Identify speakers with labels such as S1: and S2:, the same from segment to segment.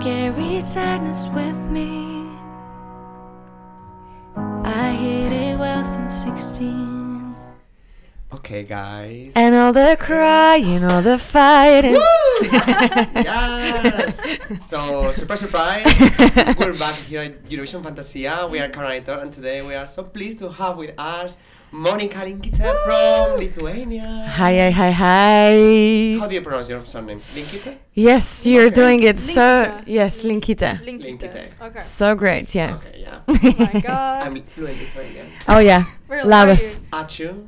S1: carried sadness with me. I hid it well since 16.
S2: Okay, guys.
S1: And all the crying, all the fighting.
S2: yes. So surprise, surprise. We're back here at Eurovision Fantasia. We are Carinator, and today we are so pleased to have with us Monica Linkita from Lithuania.
S1: Hi, hi, hi, hi.
S2: How do you pronounce your surname? Linkita.
S1: Yes, you're
S2: Okay.
S1: doing it so.
S3: Linkita.
S1: Yes, Linkita.
S3: Linkita.
S2: Linkita.
S3: Okay.
S1: So great, yeah. Uh,
S2: Okay, yeah.
S3: Oh my god.
S2: I'm fluent Lithuanian.
S1: oh, yeah.
S3: Where are
S1: Labas.
S3: you?
S2: Ačiū.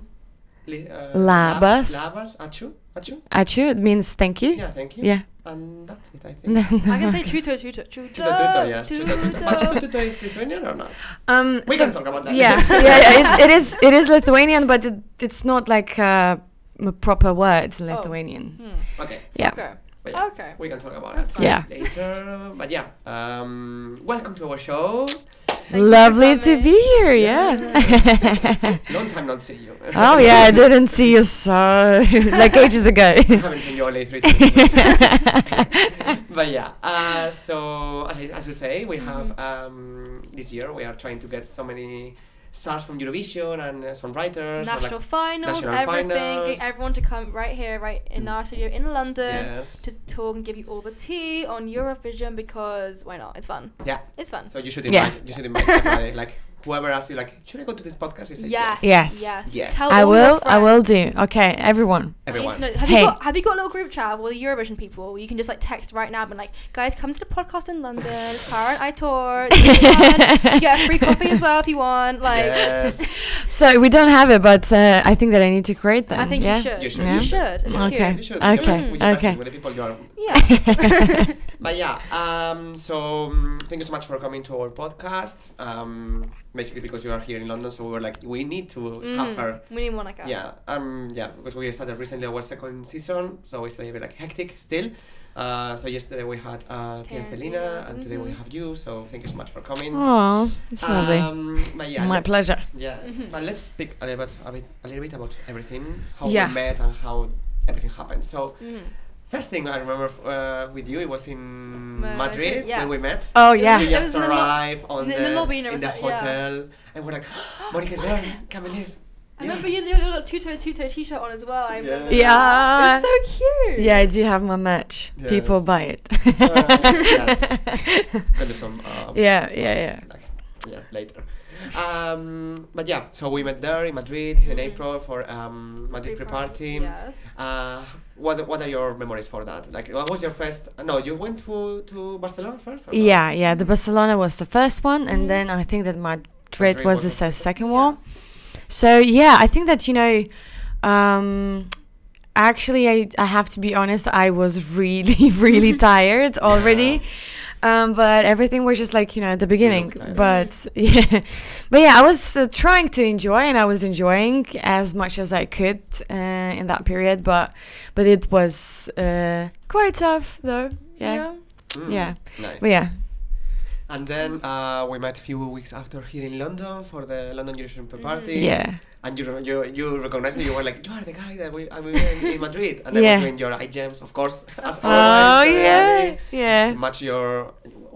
S2: Li- uh,
S1: Labas.
S2: lab- Labas. Ačiū. Ačiū.
S1: Achu, it means thank you.
S2: Yeah, thank you.
S1: Yeah.
S2: And that's it, I think.
S3: I can
S1: um,
S3: say tutor, tutor, tutor,
S2: Chuta tuta, yes. Chuta tuta. But chuta tuta is Lithuanian or not? We
S1: Um, so-
S2: can talk about that.
S1: yeah,
S2: later.
S1: yeah, yeah, it's, it is. It is Lithuanian, but it, it's not like uh, a proper word. It's
S3: Oh.
S1: Lithuanian.
S2: Okay.
S1: Yeah.
S3: Hmm, Okay.
S2: But yeah,
S3: Okay.
S2: We can talk about
S3: That's
S2: it
S3: fine.
S1: Yeah.
S2: later. But yeah, um, welcome to our show.
S3: Thank you for
S1: Lovely to
S3: coming.
S1: be here. Yeah.
S2: Long time not see you.
S1: oh yeah, I didn't see you so like ages ago.
S2: I haven't seen you only three times. but yeah, uh, so as, I- as we say, we
S1: Mm-hmm.
S2: have um, this year we are trying to get so many stars from Eurovision and uh, songwriters. so, like-
S3: National finals,
S2: national
S3: everything.
S2: finals.
S3: Get everyone to come right here, right in our studio in London
S2: Yes.
S3: to talk and give you all the tea on Eurovision because why not? It's fun.
S2: yeah.
S3: It's fun.
S2: So you should
S1: Yeah.
S2: invite. You should invite. everybody, like whoever asks you, like, should I go to this podcast? You say
S3: yes.
S1: Yes.
S3: Yes.
S2: Yes.
S3: Tell
S1: I
S3: all your
S1: will. I
S3: friends.
S1: will do. Okay, everyone.
S3: I need to
S2: Everyone.
S3: know- have
S1: Hey.
S3: you got have you got a little group chat with all the Eurovision people? where You can just like text right now and be like, guys, come to the podcast in London. It's Cara and I tour. It's really fun. you get a free coffee as well if you want. Like,
S2: yes.
S1: So we don't have it, but uh, I think that I need to create them.
S3: I think
S1: yeah?
S3: you should.
S2: You
S3: You
S2: should,
S3: should.
S1: you
S3: You
S2: should.
S3: should.
S1: Okay.
S2: Yeah, You should.
S3: It's cute.
S2: You
S1: Okay,
S2: must- with your
S1: okay.
S2: message, with the people you are
S3: Yeah.
S2: But yeah, um, so um, thank you so much for coming to our podcast. Um, basically because you are here in London, so we were like, we need to have her.
S3: mm-hmm. we need Monica.
S2: Yeah, um, yeah, because we started recently our second season, so it's a little bit like hectic still. Uh, so yesterday we had uh, Tia and
S3: Tia and
S2: Selena, mm-hmm.
S3: Selena,
S2: and today we
S3: mhm.
S2: have you. So thank you so much for coming.
S1: Oh, it's lovely.
S2: Um, but yeah,
S1: My
S2: let's-
S1: pleasure.
S2: Yes, but let's speak a little bit, a bit, a little bit about everything, how
S1: Yeah.
S2: we met and how everything happened. So
S3: Mm.
S2: first thing I remember f- uh, with you, it was in Madrid,
S3: Madrid,
S2: when we
S3: yes.
S2: met.
S1: oh
S3: Yeah.
S2: You
S1: yeah.
S3: It
S2: just
S3: was in the lo-
S2: arrived on
S3: in
S2: the,
S3: the lobby
S2: in
S3: and it was
S2: the
S3: like- yeah.
S2: hotel, and we're like, Monica's there, can't believe.
S3: I remember you had your little tuto tuto t-shirt on as well. I remember.
S2: Yeah.
S1: Yeah.
S3: It's so cute.
S1: Yeah, I do have my match. People
S2: Yes.
S1: buy it.
S2: yes. Got some, uh,
S1: yeah, yeah, yeah.
S2: like, yeah, later. Um, but yeah, so we met there in Madrid in April for um, Madrid pre-party.
S3: Mm-hmm. Yes.
S2: Uh, what what are your memories for that? Like, what was your first? No, you went to to Barcelona first. or not?
S1: Yeah, yeah. The Barcelona was the first one, and then I think that Mm. Madrid,
S2: Madrid
S1: was the
S2: was the
S1: se- second one. So yeah, I think that you know, um, actually, I I have to be honest. I was really really tired already. Um, but everything was just like you know at the beginning
S2: tired.
S1: but yeah but yeah i was uh, trying to enjoy and i was enjoying as much as i could uh, in that period but but it was uh, quite tough though yeah
S2: Mm,
S1: yeah,
S2: Nice.
S1: but yeah
S2: And then uh, we met a few weeks after here in London for the London Eurovision pre party.
S1: Mm. yeah
S2: And you, re- you you recognized me. You were like, you are the guy that we I we met in Madrid. And then
S1: Yeah.
S2: was doing your eye gems, of course. As
S1: Oh
S2: always,
S1: yeah,
S2: to
S1: yeah.
S2: Match your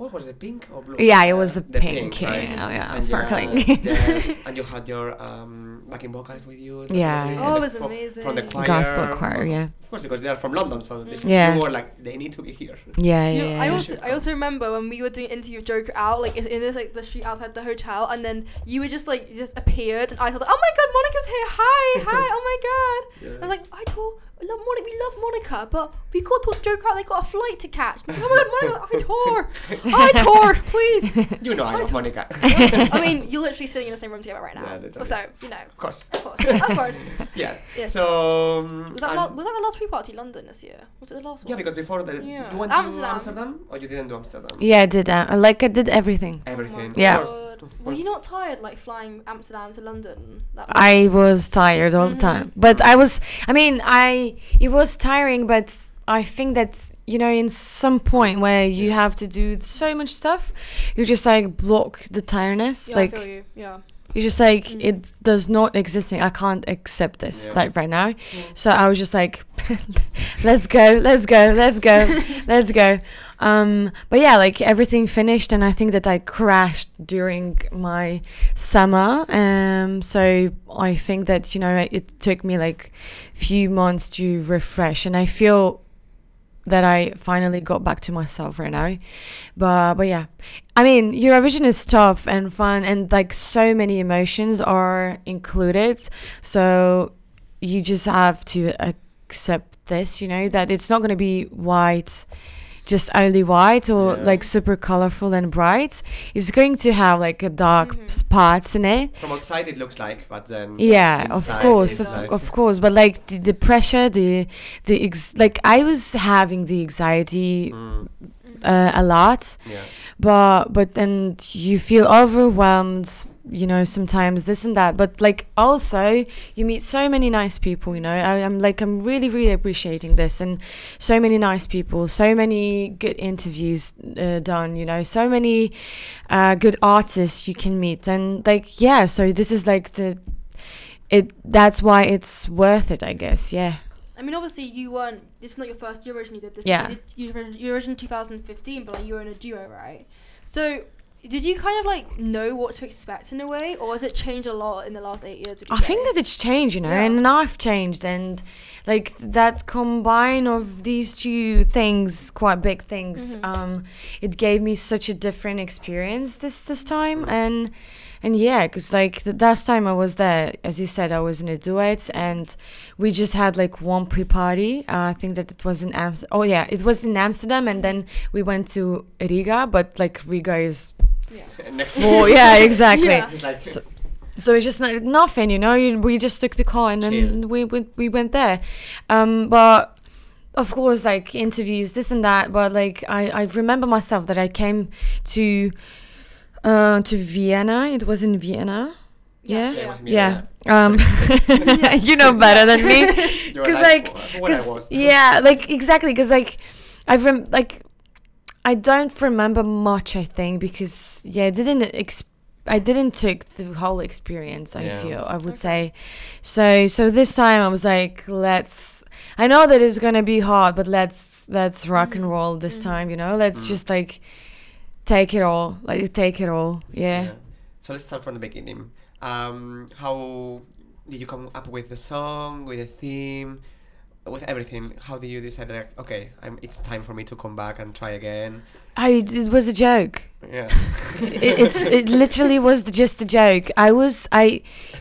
S2: what was it, pink or blue?
S1: Yeah, it was
S2: Uh,
S1: the pink, yeah, yeah,
S2: And
S1: sparkling.
S2: Yes, yes, and you had your um, backing vocals with you. the
S1: Yeah.
S2: vocalist
S1: Oh,
S2: and
S3: it
S2: the
S3: was
S2: fro- From the
S3: amazing.
S2: choir.
S1: Gospel choir, yeah,
S2: Of course, because they are from London, so they,
S1: Yeah.
S2: you were like, they need to be here.
S1: yeah,
S3: You know,
S1: yeah.
S3: I
S1: yeah.
S3: also I also remember when we were doing interview of Joker out like it's in this like the street outside the hotel and then you were just like you just appeared and I was like oh my god Monica's here hi hi oh my god I was like I told we love Monica we love Monica but we got to Joker out they got a flight to catch I was like, oh my god Monica I tour I tour please
S2: You know, I
S3: I
S2: love
S3: told-
S2: Monica.
S3: I mean you're literally sitting in the same room together right
S2: Yeah,
S3: now
S2: that's okay.
S3: so you know
S2: of course.
S3: of course of course
S2: Yeah.
S3: Yes.
S2: So. um,
S3: was that
S2: and-
S3: la- was that the last pre party London this year was it the last one
S2: yeah, because before the
S3: Yeah.
S2: you went
S3: Amsterdam.
S2: to Amsterdam or you didn't do Amsterdam.
S1: yeah, I did. Uh, like I did everything.
S2: Everything.
S1: Yeah.
S2: Of course.
S3: Oh God. Were you not tired like flying Amsterdam to London? That
S1: I was tired all
S3: Mm-hmm.
S1: the time, but I was. I mean, I it was tiring, but I think that you know, in some point where you
S2: Yeah.
S1: have to do so much stuff, you just like block the tiredness.
S3: yeah,
S1: like
S3: I feel you. Yeah.
S1: You're just like
S3: Mm.
S1: it does not exist. I can't accept this
S2: Yeah.
S1: like right now. So I was just like, let's go, let's go, let's go, let's go. Um, but yeah, like everything finished, and I think that I crashed during my summer. Um, so I think that you know it took me like few months to refresh, and I feel that I finally got back to myself right now. But but yeah, I mean Eurovision is tough and fun, and like so many emotions are included. So you just have to accept this, you know, that it's not going to be white. Just only white or
S2: Yeah.
S1: like super colorful and bright. It's going to have like a dark
S3: Mhm.
S1: spots in it,
S2: From outside it looks like, but then
S1: yeah of
S2: inside
S1: course
S2: it's
S1: of,
S2: like-
S1: of course but like the, the pressure the the ex- like i was having the anxiety
S2: Mm,
S1: uh, a lot
S2: yeah.
S1: but but then you feel overwhelmed you know sometimes this and that but like also you meet so many nice people you know I, i'm like i'm really really appreciating this and so many nice people so many good interviews uh, done you know so many uh, good artists you can meet and like yeah so this is like the it that's why it's worth it i guess yeah
S3: I mean, obviously, you weren't. This is not your first Eurovision you did. This
S1: Yeah.
S3: you did Eurovision, Eurovision 2015, but like you were in a duo, right? So, did you kind of like know what to expect in a way, or has it changed a lot in the last eight years? Would you
S1: I
S3: say?
S1: think that it's changed, you know,
S3: Yeah.
S1: and now I've changed, and like that combine of these two things, quite big things,
S3: Mhm.
S1: um, it gave me such a different experience this this time, and and yeah, because like the last time I was there, as you said, I was in a duet, and we just had like one pre-party. Uh, I think that it was in Amsterdam. Oh yeah, it was in Amsterdam, and then we went to Riga, but like Riga is
S3: yeah.
S2: Next
S1: more. yeah, exactly.
S3: Yeah.
S2: It's like
S1: So- So it's just like nothing, you know. You, we just took the car and then
S2: Chill.
S1: we, we we went there. Um, but of course, like interviews, this and that. But like I, I remember myself that I came to uh, to Vienna. It was in Vienna. Yeah.
S3: Yeah.
S2: Yeah, it was me,
S1: Yeah. Um, you know better than me.
S2: You were
S1: 'Cause, like,
S2: "Wh- what I
S1: 'Cause-
S2: was.
S1: yeah, like exactly. Because like I've rem- like I don't remember much. I think because yeah, I didn't ex- I didn't took the whole experience. I
S2: Yeah.
S1: feel I would say.
S3: Okay.
S1: So so this time I was like, let's. I know that it's gonna be hard, but let's let's rock and
S3: Mhm.
S1: roll this
S3: Mhm.
S1: time. You know, let's
S2: Mm.
S1: just like take it all. Like take it all. yeah.
S2: So let's start from the beginning. Um, how did you come up with the song, with the theme, with everything? How did you decide like, okay, I'm, it's time for me to come back and try again?
S1: I it was a joke.
S2: Yeah.
S1: it, it's it literally was the, just a joke. I was I,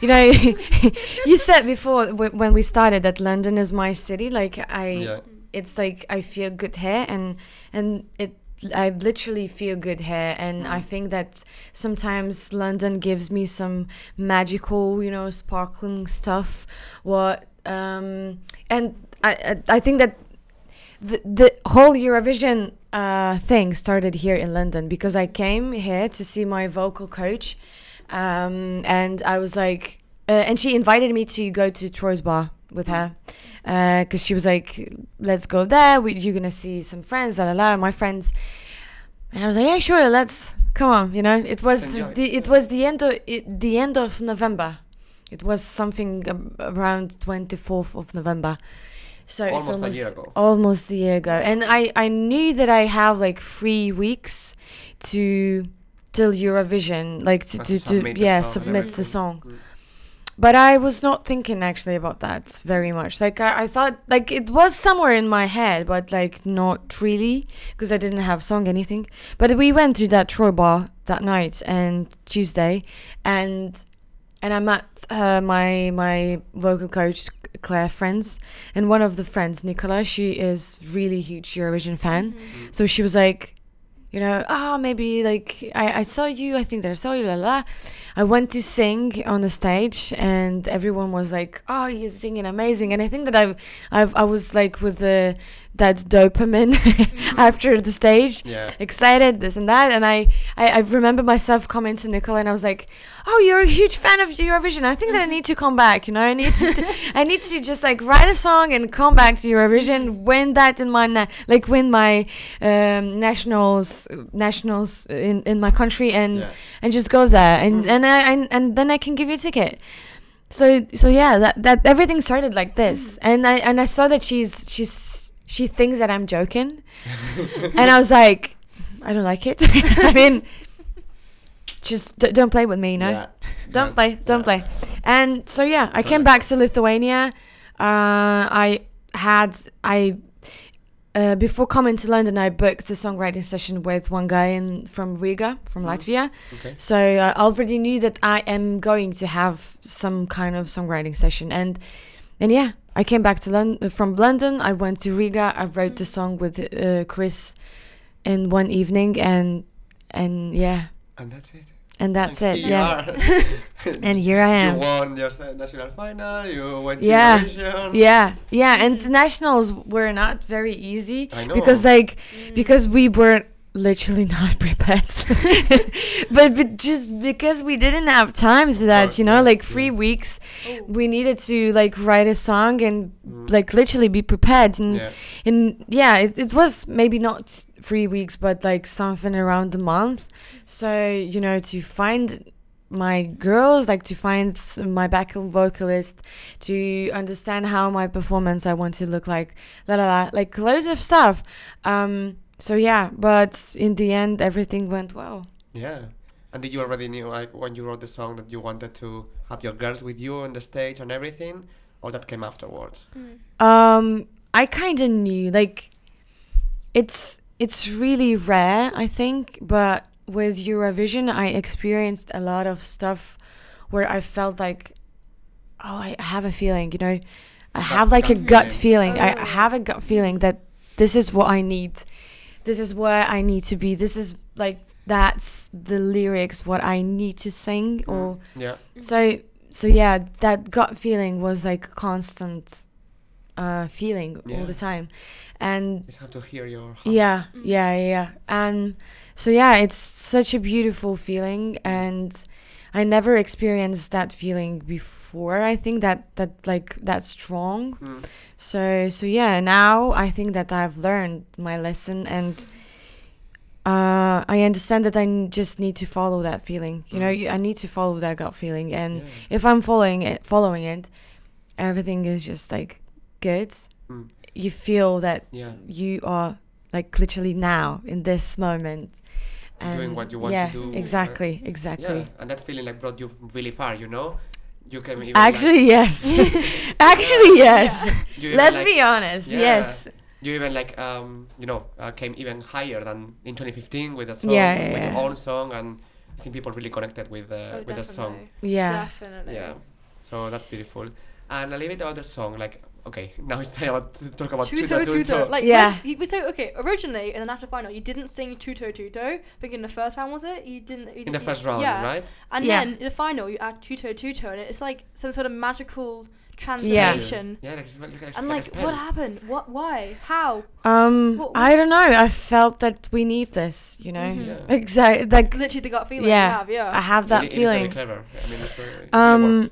S1: you know, you said before w- when we started that London is my city. Like I,
S2: yeah.
S1: it's like I feel good here, and and it I literally feel good here, and I think that sometimes London gives me some magical, you know, sparkling stuff. What um and I I, I think that the, the whole Eurovision uh, thing started here in London because I came here to see my vocal coach, um, and I was like, uh, and she invited me to go to Troy's bar with her because she was like, let's go there. We, you're gonna see some friends, la la la, my friends, and I was like, yeah, sure, let's come on. You know, it was
S2: Enjoy.
S1: the it was the end of it, the end of November. It was something ab- around 24th of November. So it's
S2: Almost a
S1: almost
S2: year ago.
S1: almost a year ago and i i knew that i have like three weeks to till eurovision like to,
S2: Like
S1: to,
S2: to
S1: to
S2: submit the
S1: yeah
S2: song and
S1: submit the
S2: everything.
S1: song
S2: Mm.
S1: but i was not thinking actually about that very much like i, I thought like it was somewhere in my head but like not really because i didn't have song anything but we went to that troy bar that night and tuesday and and I met uh, my my vocal coach Claire friends, and one of the friends Nicola, she is really huge Eurovision
S3: Mm-hmm.
S1: fan, so she was like, you know, ah maybe like I, I saw you, I think that I saw you, la la. I went to sing on the stage, and everyone was like, oh, you're singing amazing, and I think that I I I was like with the that dopamine after the stage
S2: Yeah.
S1: excited, this and that. And I, I, I remember myself coming to Nicola and I was like, "Oh, you're a huge fan of Eurovision. I think that I need to come back. You know, I need to, I need to just like write a song and come back to Eurovision, win that in my na- like win my um, nationals nationals in, in my country and
S2: Yeah. Mm.
S1: and just go there and and I and, and then I can give you a ticket."
S2: Mm.
S1: So so yeah, that that everything started like this, and I and I saw that she's she's she thinks that I'm joking. and I was like, I don't like it. I mean, just d- don't play with me, you know?
S2: Yeah.
S1: Don't play, don't
S2: yeah.
S1: play. And so, yeah, I
S2: Don't
S1: came
S2: like
S1: back to Lithuania. Uh, I had, I, uh, before coming to London, I booked a songwriting session with one guy in, from Riga, from
S2: Mhm.
S1: Latvia.
S2: Okay.
S1: So uh, I already knew that I am going to have some kind of songwriting session, and and yeah, I came back to London from London. I went to Riga. I wrote the song with uh, Chris in one evening, and and yeah,
S2: And that's it.
S1: and that's
S2: And
S1: it.
S2: here
S1: Yeah,
S2: you are.
S1: and here I am.
S2: You won your se- national final. You went to
S1: Yeah.
S2: Eurovision.
S1: Yeah, yeah, and the
S3: Mhm.
S1: nationals were not very easy
S2: I know.
S1: because like
S3: Mm.
S1: because we were literally not prepared but, but just because we didn't have time so that
S2: Oh,
S1: you know
S2: yeah,
S1: like
S2: yeah.
S1: three weeks
S3: Oh.
S1: we needed to like write a song and
S2: Mm.
S1: like literally be prepared and
S2: Yeah.
S1: and yeah it, it was maybe not three weeks but like something around a month so you know to find my girls like to find s- my backup vocalist to understand how my performance i want to look like la la la like loads of stuff um so yeah but in the end everything went well
S2: Yeah. And did you already knew like when you wrote the song that you wanted to have your girls with you on the stage and everything, or that came afterwards?
S3: Mm.
S1: Um, I kind of knew. Like, it's it's really rare, I think. But with Eurovision, I experienced a lot of stuff where I felt like, oh, I have a feeling. You know, I
S2: Gut-
S1: have like a
S2: gut
S1: gut
S3: feeling.
S1: feeling. I
S3: Oh.
S1: have a gut feeling that this is what I need. This is where I need to be. This is like that's the lyrics what I need to sing or.
S2: Yeah.
S1: So so yeah, that gut feeling was like constant uh feeling all
S2: Yeah.
S1: the time. And
S2: Just have to hear your heart.
S1: yeah,
S3: Mm.
S1: yeah, yeah, yeah. And so yeah, it's such a beautiful feeling
S2: Mm-hmm.
S1: and I never experienced that feeling before. I think that that like that strong.
S2: Mm.
S1: So so yeah, now I think that I've learned my lesson and uh, I understand that I n- just need to follow that feeling. You know,
S2: Mm.
S1: you, I need to follow that gut feeling, and
S2: Yeah.
S1: if I'm following it, following it, everything is just like good.
S2: Mm.
S1: You feel that
S2: Yeah.
S1: you are like literally now in this moment,
S2: Doing what you want to
S1: yeah,
S2: do, uh,
S1: exactly, exactly.
S2: Yeah. And that feeling like brought you really far. You know, you came even, like-
S1: Actually, yes. Actually, yes.
S2: you even,
S1: Let's
S2: like-
S1: be honest.
S2: Yeah.
S1: Yes.
S2: You even like um you know uh, came even higher than in 2015 with a song
S1: Yeah, yeah,
S2: with your
S1: yeah.
S2: own song and I think people really connected with uh,
S3: Oh,
S2: with the song.
S3: definitely.
S1: Yeah.
S3: Definitely.
S2: Yeah. So that's beautiful. And a little bit about the song, like okay, now it's time to talk about
S3: Tuto
S2: Tuto
S3: tuto.
S2: Tuto.
S3: Like
S1: Yeah.
S3: yeah. He was so okay. Originally in the national final, you didn't sing tuto tuto. But in the first round, was it? You didn't. You
S2: in the
S3: didn't-
S2: first round,
S3: yeah.
S2: right?
S3: And
S1: Yeah.
S3: then in the final, you add tuto tuto, and it's like some sort of magical
S1: Yeah.
S3: transformation.
S2: Yeah, like, it's like, like,
S3: I'm
S2: like a
S3: like,
S2: spell.
S3: what happened? What? Why? How?
S1: Um,
S3: What-
S1: I don't know. I felt that we need this, you know.
S3: Mhm.
S2: Yeah.
S1: Exactly. Like
S3: Literally the gut feeling
S1: Yeah. Ah,
S3: you have. Yeah.
S1: I have
S2: Mm-hmm. It-
S1: that
S2: it is
S1: feeling.
S2: very clever. I mean, it's very, it really
S1: Um,
S2: worked.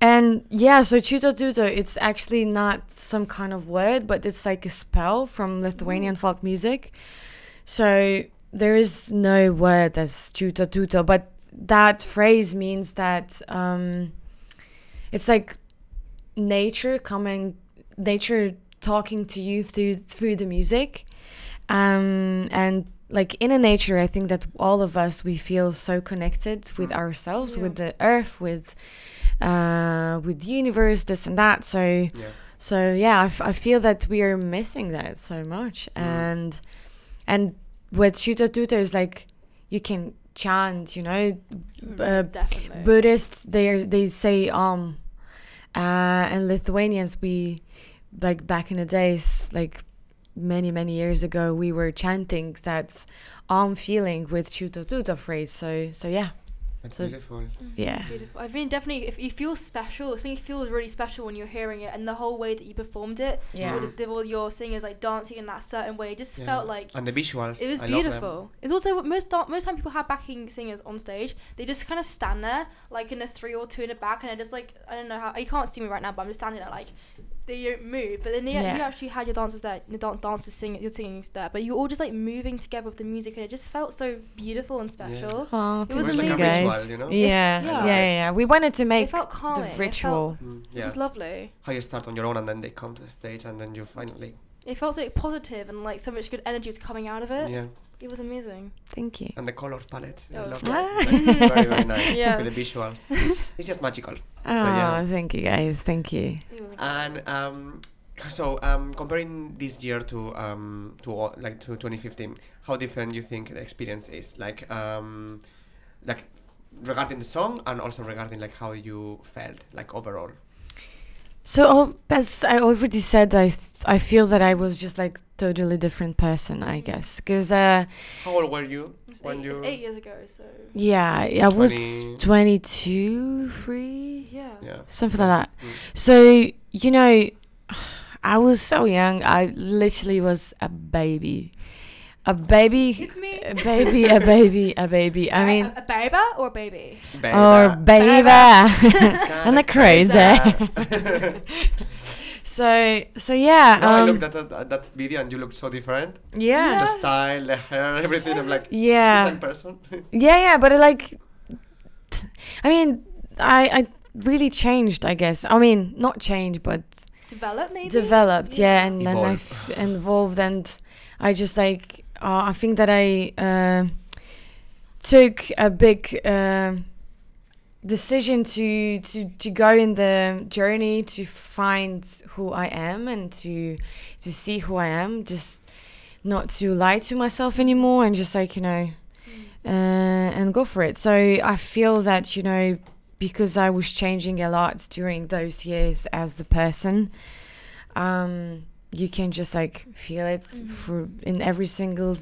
S1: and yeah. So tuto tuto. It's actually not some kind of word, but it's like a spell
S2: Mm-hmm.
S1: from Lithuanian folk music. So there is no word as tuto tuto, but that phrase means that um, it's like nature coming, nature talking to you through through the music, um, and like in a nature, I think that all of us we feel so connected with
S2: Mm.
S1: ourselves,
S3: Yeah.
S1: with the earth, with uh, with the universe, this and that. So
S2: yeah,
S1: so yeah I, f- I feel that we are missing that so much
S2: Mm.
S1: and and with shuto tuto is like you can chant you know
S3: Mm,
S1: uh,
S3: Definitely.
S1: buddhists they are, they say um uh, and lithuanians we like back in the days like many many years ago we were chanting that um feeling with shuto tuto phrase so so yeah
S2: that's
S1: so it's-
S2: beautiful.
S1: yeah
S3: Mm-hmm. Beautiful. I mean, definitely, if you feel special, I think it feels really special when you're hearing it, and the whole way that you performed it,
S1: yeah
S3: all, the, the- all your singers like dancing in that certain way, it just
S2: Yeah.
S3: felt like
S2: and the visuals.
S3: it was
S2: I love them.
S3: beautiful. It's also what most da- most time people have backing singers on stage. They just kind of stand there, like in a three or two in the back, and I just like I don't know how you can't see me right now, but I'm just standing there like they don't move. But then you,
S1: Yeah.
S3: you actually had your dancers there, your dan- dancers singing, your singing there, but you were all just like moving together with the music, and it just felt so beautiful and special.
S1: Aw,
S3: It was
S1: thank you
S3: like a
S1: guys.
S2: ritual, you know? If-
S1: Yeah,
S3: yeah.
S1: yeah, yeah, yeah. We wanted to make
S3: felt calming,
S1: the
S3: it felt-
S1: ritual.
S2: Mm,
S3: It
S2: yeah,
S3: was lovely.
S2: how you start on your own and then they come to the stage and then you finally
S3: It felt like positive and like so much good energy was coming out of it.
S2: Yeah.
S3: It was amazing.
S1: Thank you.
S2: And the colors palette. I
S3: Oh.
S2: love
S1: Ah.
S2: that. Like, very, very nice.
S3: Yes.
S2: With the visuals. It's just magical.
S1: Oh,
S2: yeah.
S1: thank you guys. Thank you.
S3: It was like,
S2: And um, so um, comparing this year to um, to all, like to 2015, how different you think the experience is? Like um, like regarding the song and also regarding like how you felt like overall.
S1: So al- as I already said, I th- I feel that I was just like totally different person, I
S3: Mhm.
S1: guess, because uh,
S2: How old were you
S3: it's,
S2: when
S3: eight,
S2: you?
S3: it's eight years ago, so
S1: yeah, I was
S2: 20.
S1: 22, three,
S3: yeah.
S2: Yeah.
S1: something like that.
S2: Mm.
S1: So you know, I was so young. I literally was a baby, a baby,
S3: It's me.
S1: a baby, a baby, a baby. I
S3: Right,
S1: mean,
S3: a, a baby or a baby?
S2: Baby.
S1: or Oh, baby,
S2: It's kinda
S1: and the crazy.
S2: crazy.
S1: so so yeah,
S2: No, I
S1: um,
S2: looked at that, at that video and you looked so different.
S1: yeah.
S2: The style, the hair, everything. I'm like,
S1: Yeah.
S2: is the same person?
S1: Yeah, yeah, but I like, t- I mean, I I really changed, I guess. I mean, not changed, but
S3: Develop maybe?
S1: developed, yeah,
S3: Yeah.
S1: and then I f- involved, and I just like, uh, I think that I uh, took a big um decision to to to go in the journey to find who I am and to to see who I am, just not to lie to myself anymore, and just like you know
S3: Mm.
S1: uh, and go for it. So I feel that, you know, because I was changing a lot during those years as the person, um, you can just like feel it
S3: Mhm.
S1: through in every single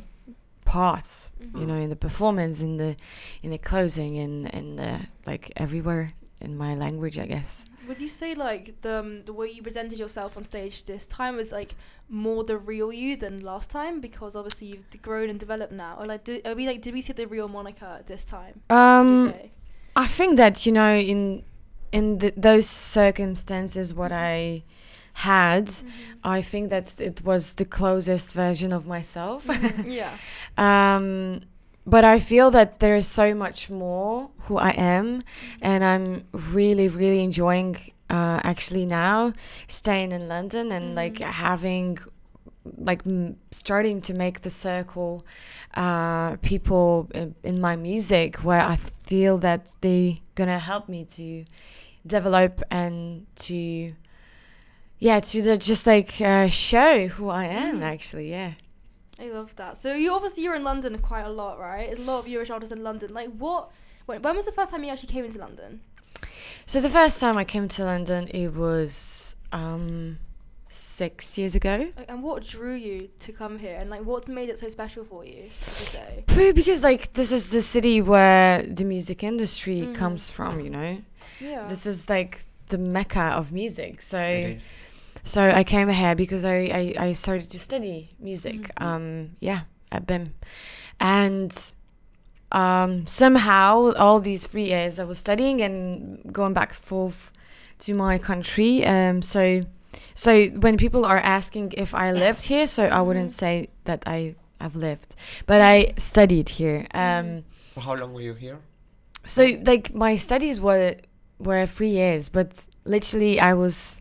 S1: part, you
S2: Mhm.
S1: know, in the performance, in the in the closing, in in the like everywhere in my language, I guess.
S3: Mm-hmm. Would you say like the um, the way you presented yourself on stage this time was like more the real you than last time because obviously you've d- grown and developed now? Or like did, are we like did we see the real Monica this time? would you
S1: Um,
S3: say?
S1: I think that you know in in the, those circumstances what I had I think that it was the closest version of myself.
S3: Mhm. yeah.
S1: um, but I feel that there is so much more who I am, and I'm really, really enjoying uh, actually now staying in London and like
S3: Mhm.
S1: having, like, m- starting to make the circle uh, people in, in my music where I feel that they gonna help me to develop and to. Yeah, to the, just like uh, show who I am,
S3: Mhm.
S1: actually, yeah.
S3: I love that. So you obviously you're in London quite a lot, right? There's a lot of Irish artists in London. Like what? When, when was the first time you actually came into London?
S1: So the first time I came to London, it was um, six years ago.
S3: Like, and what drew you to come here? And like what's made it so special for you? Would you say?
S1: Probably Because like this is the city where the music industry
S3: Mhm.
S1: comes from, you know.
S3: Yeah.
S1: This is like the mecca of music.
S2: It
S1: So
S2: is.
S1: so I came here because I I, I started to study music.
S3: Mhm.
S1: Um, yeah, at BIM, and um, somehow all these three years I was studying and going back forth to my country. Um, so so when people are asking if I lived here, so I wouldn't
S3: Mhm.
S1: say that I have lived, but I studied here. Um,
S3: Mhm.
S2: For how long were you here?
S1: so like my studies were were three years, but literally I was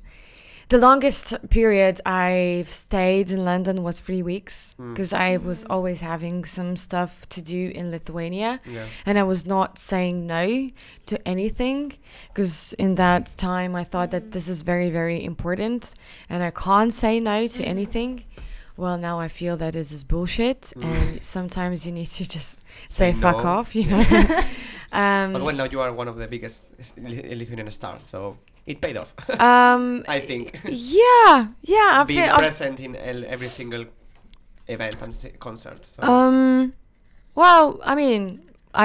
S1: the longest period I've stayed in London was three weeks
S2: Mm.
S1: because I was
S3: Mhm.
S1: always having some stuff to do in Lithuania
S2: Yeah.
S1: and I was not saying no to anything because in that time I thought that
S3: Mhm.
S1: this is very very important and I can't say no to
S3: Mhm.
S2: Mm-hmm.
S1: anything. Well, now I feel that this is bullshit,
S2: Mm.
S1: and sometimes you need to just say,
S2: Say
S1: fuck
S2: no.
S1: off, you know. um,
S2: But well, now you are one of the biggest s- Li- Lithuanian stars, so it paid off.
S1: um
S2: I think.
S1: yeah yeah I
S2: Being
S1: feel, I-
S2: present in el- every single event and s- concert. So.
S1: um well i mean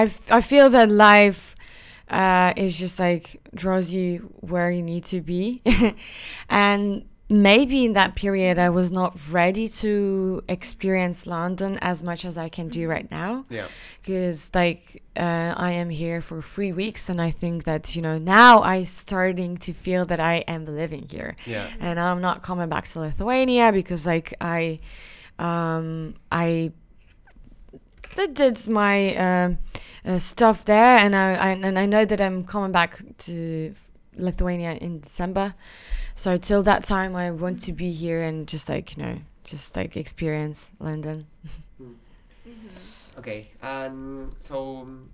S1: i f- i feel that life uh is just like draws you where you need to be and maybe in that period i was not ready to experience london as much as i can do right now
S2: yeah.
S1: because like uh, I am here for three weeks, and I think that you know now I starting to feel that I am living here,
S2: Yeah.
S1: and I'm not coming back to Lithuania because like I, um, I did, did my um uh, stuff there, and I, I and I know that I'm coming back to Lithuania in December, so till that time I want to be here and just like you know just like experience London.
S3: Mm-hmm.
S2: Okay, and so um,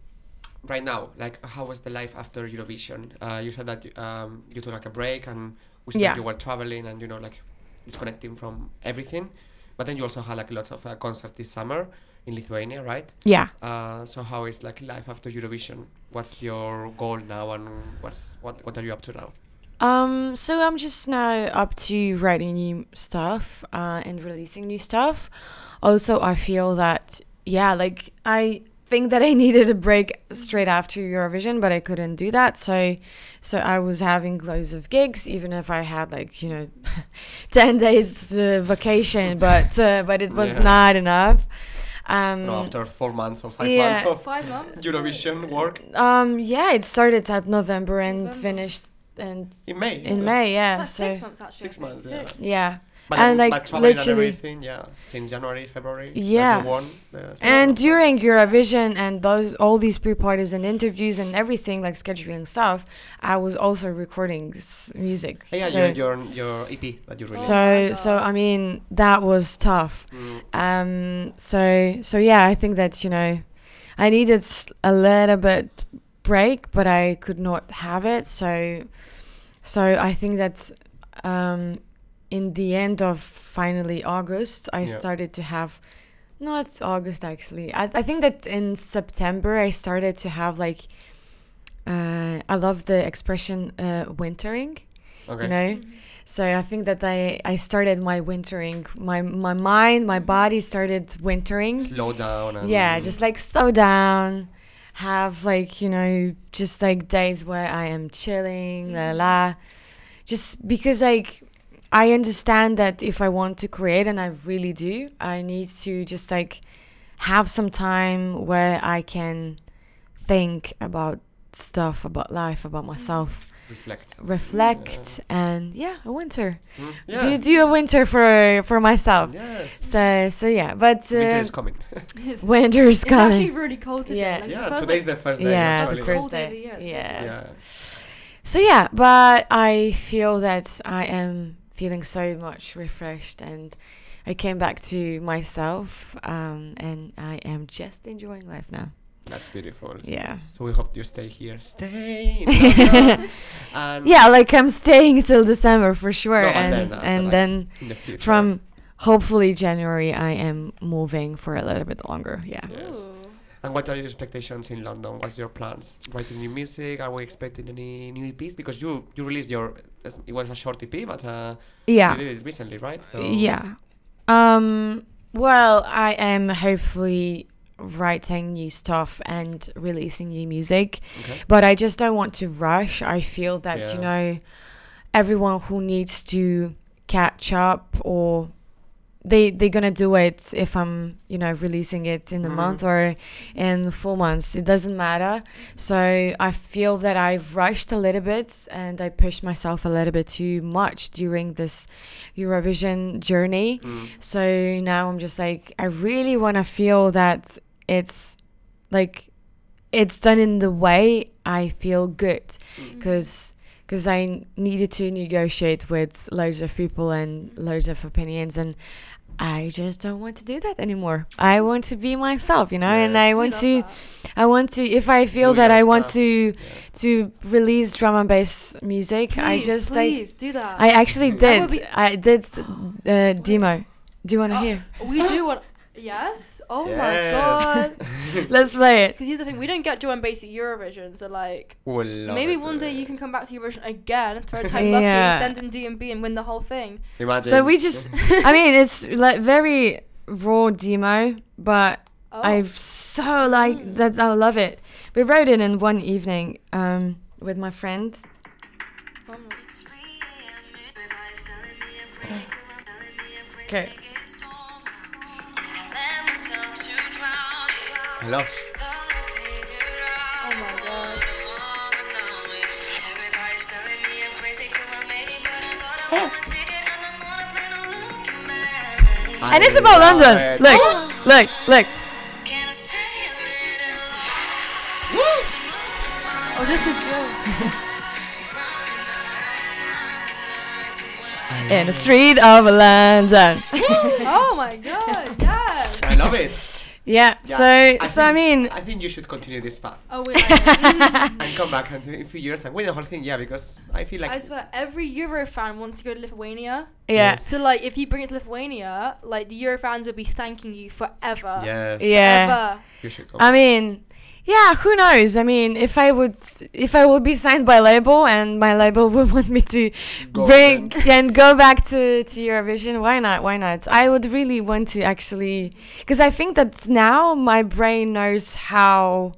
S2: right now, like, how was the life after Eurovision? Uh, you said that you, um, you took like a break and which meant
S1: Yeah.
S2: you were traveling and you know like disconnecting from everything, but then you also had like lots of uh, concerts this summer in Lithuania, right?
S1: Yeah.
S2: Uh, so how is like life after Eurovision? What's your goal now, and what's what what are you up to now?
S1: Um, so I'm just now up to writing new stuff uh, and releasing new stuff. Also, I feel that yeah, like I think that I needed a break straight after Eurovision, but I couldn't do that. So, so I was having loads of gigs, even if I had like you know, ten days uh, vacation, but uh, but it was
S2: Yeah.
S1: not enough. Um,
S2: no, after four months or five
S1: yeah.
S2: months
S3: Five months.
S2: of Eurovision work
S1: um, yeah, it started at November and
S3: November.
S1: finished and
S2: in May. so
S1: in May, yeah.
S3: That's
S1: so
S3: six months actually.
S2: Six months, yeah.
S3: Six.
S1: yeah.
S2: But
S1: And,
S2: then
S1: like,
S2: back traveling and
S1: literally-
S2: everything, yeah, since January, February. that
S1: Yeah.
S2: you won, uh, so-
S1: And during Eurovision and those all these pre-parties and interviews and everything like scheduling stuff, I was also recording s- music.
S2: Oh, Yeah,
S1: so,
S2: your, your your EP E that you released.
S1: so,
S3: Oh my
S1: so
S3: God.
S1: I mean that was tough.
S2: Mm,
S1: Um, so so yeah, I think that you know, I needed s- a little bit break, but I could not have it. So so I think that um, in the end of finally August, I
S2: Yeah.
S1: started to have. No, it's August actually. I, I think that in September I started to have like. Uh, I love the expression uh, wintering.
S2: okay.
S1: You know, so I think that I I started my wintering. My my mind, my body started wintering.
S2: Slow down. And
S1: Yeah, just like slow down, have like you know just like days where I am chilling, la la la. Just because like I understand that if I want to create and I really do, I need to just like have some time where I can think about stuff, about life, about myself,
S2: reflect.
S1: reflect, and yeah, a winter
S2: Mm,
S1: do do a winter for for myself.
S2: Yes.
S1: So so yeah, but uh,
S2: Winter is coming.
S1: winter is
S3: Mm-hmm. It's actually
S1: coming.
S3: really cold today.
S1: Yeah.
S3: Like the
S2: yeah,
S3: first
S2: today's the first day.
S1: yeah,
S3: That's
S1: the
S2: actually.
S3: a
S1: first
S3: cold day of the
S1: day.
S3: year, it's
S1: Yeah.
S2: Yeah.
S1: So yeah, but I feel that I am feeling so much refreshed, and I came back to myself, um, and I am just enjoying life now.
S2: That's beautiful.
S1: Yeah.
S2: So we hope you stay here. Stay. in London and
S1: Yeah, like I'm staying till December for sure,
S2: No,
S1: and
S2: and then
S1: and,
S2: after, like,
S1: then
S2: In the future.
S1: from hopefully January I am moving for a little bit longer. Yeah.
S2: Yes.
S3: Ooh.
S2: And what are your expectations in London? What's your plans? Writing new music? Are we expecting any new EPs? Because you you released your it was a short EP, but uh,
S1: Yeah.
S2: you did it recently, right? So
S1: Yeah. Um well, I am hopefully writing new stuff and releasing new music,
S2: Okay.
S1: but I just don't want to rush. I feel that you
S2: Yeah.
S1: know everyone who needs to catch up or they they're going to do it if I'm, you know, releasing it in a
S2: Mhm.
S1: month or in 4 months. It doesn't matter. So I feel that I've rushed a little bit and I pushed myself a little bit too much during this Eurovision journey.
S2: Mm.
S1: So now I'm just like, I really want to feel that it's like it's done in the way I feel good
S3: Mm-hmm.
S1: because. Because I n- needed to negotiate with loads of people and loads of opinions, and I just don't want to do that anymore. I want to be myself, you know, and
S2: Yes.
S1: I
S3: We
S1: want
S3: love
S1: to.
S3: that.
S1: I want to if I feel
S2: Do
S1: that
S2: your
S1: I want
S2: stuff.
S1: to
S2: Yeah.
S1: to release drum and bass music, I
S3: Please,
S1: just like
S3: please do that.
S1: I actually
S3: That would
S1: did
S3: be-
S1: I did uh, demo. Do you want to
S3: Oh,
S1: hear?
S3: We do want. Yes. Oh
S2: Yes.
S3: my god.
S1: Let's play it.
S3: Because here's the thing, we don't get drum and bass at Eurovision, so like
S2: We would love
S3: maybe
S2: it,
S3: one day
S2: uh,
S3: you can come back to Eurovision again, third time lucky,
S1: Yeah.
S3: send in DMB and win the whole thing.
S2: Imagine.
S1: So we just I mean it's like very raw demo, but
S3: Oh, Hmm.
S1: I so like that I love it. We wrote it in one evening um with my friend.
S3: oh my-
S1: Okay.
S2: Hello.
S3: oh my god.
S1: And it's about London. Look. Look, look.
S3: Oh, this is good.
S1: in the street of London.
S3: oh my god, yes.
S2: I love it.
S1: yeah,
S2: Yeah,
S1: So,
S2: I
S1: so I
S2: think-
S1: mean,
S2: I think you should continue this path
S3: Oh wait, I,
S2: and come back and in a few years and win the whole thing. Yeah, because I feel
S3: I
S2: like
S3: swear every Euro fan wants to go to Lithuania.
S1: yeah,
S3: So like, if you bring it to Lithuania, like the Euro fans will be thanking you forever.
S2: yes,
S1: yeah.
S3: Forever.
S2: you should come.
S1: I mean, yeah, who knows? I mean, if I would, if I would be signed by label and my label would want me to
S2: Go
S1: bring
S2: then.
S1: and go back to to Eurovision, why not? Why not? I would really want to actually, because I think that now my brain knows how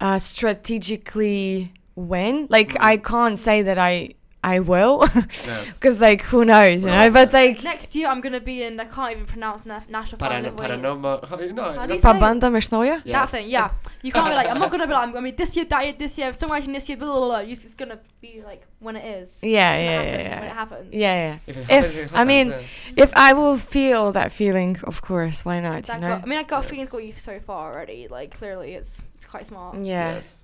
S1: uh, strategically when. Like,
S2: Mm.
S1: I can't say that I I will,
S2: Yes.
S1: because like who knows, you
S2: Who
S1: know?
S2: knows?
S1: But like.
S3: Next year, I'm gonna be in. I can't even pronounce na- national
S2: Para,
S3: fan. of Lithuania.
S2: paranormal. How, no,
S3: How do
S2: no-
S3: you say it?
S1: Pabanda Mishnoya?
S3: That
S2: yes.
S3: thing, yeah. You can't be like, I'm not gonna be like, I'm gonna be this year, that year, this year, songwriting this year, blah blah blah. It's just gonna be like when it is.
S1: Yeah,
S3: It's gonna
S1: yeah,
S3: happen
S1: yeah, yeah.
S3: When it happens.
S1: Yeah, yeah.
S2: If, it
S1: If-
S2: happens, it
S1: I mean,
S2: happens, uh,
S1: If I will feel that feeling, of course, why not?
S3: That
S1: you know?
S3: got, I mean, I got a
S2: Yes.
S3: feeling it's got you so far already. Like clearly, it's it's quite smart.
S1: Yeah.
S2: Yes.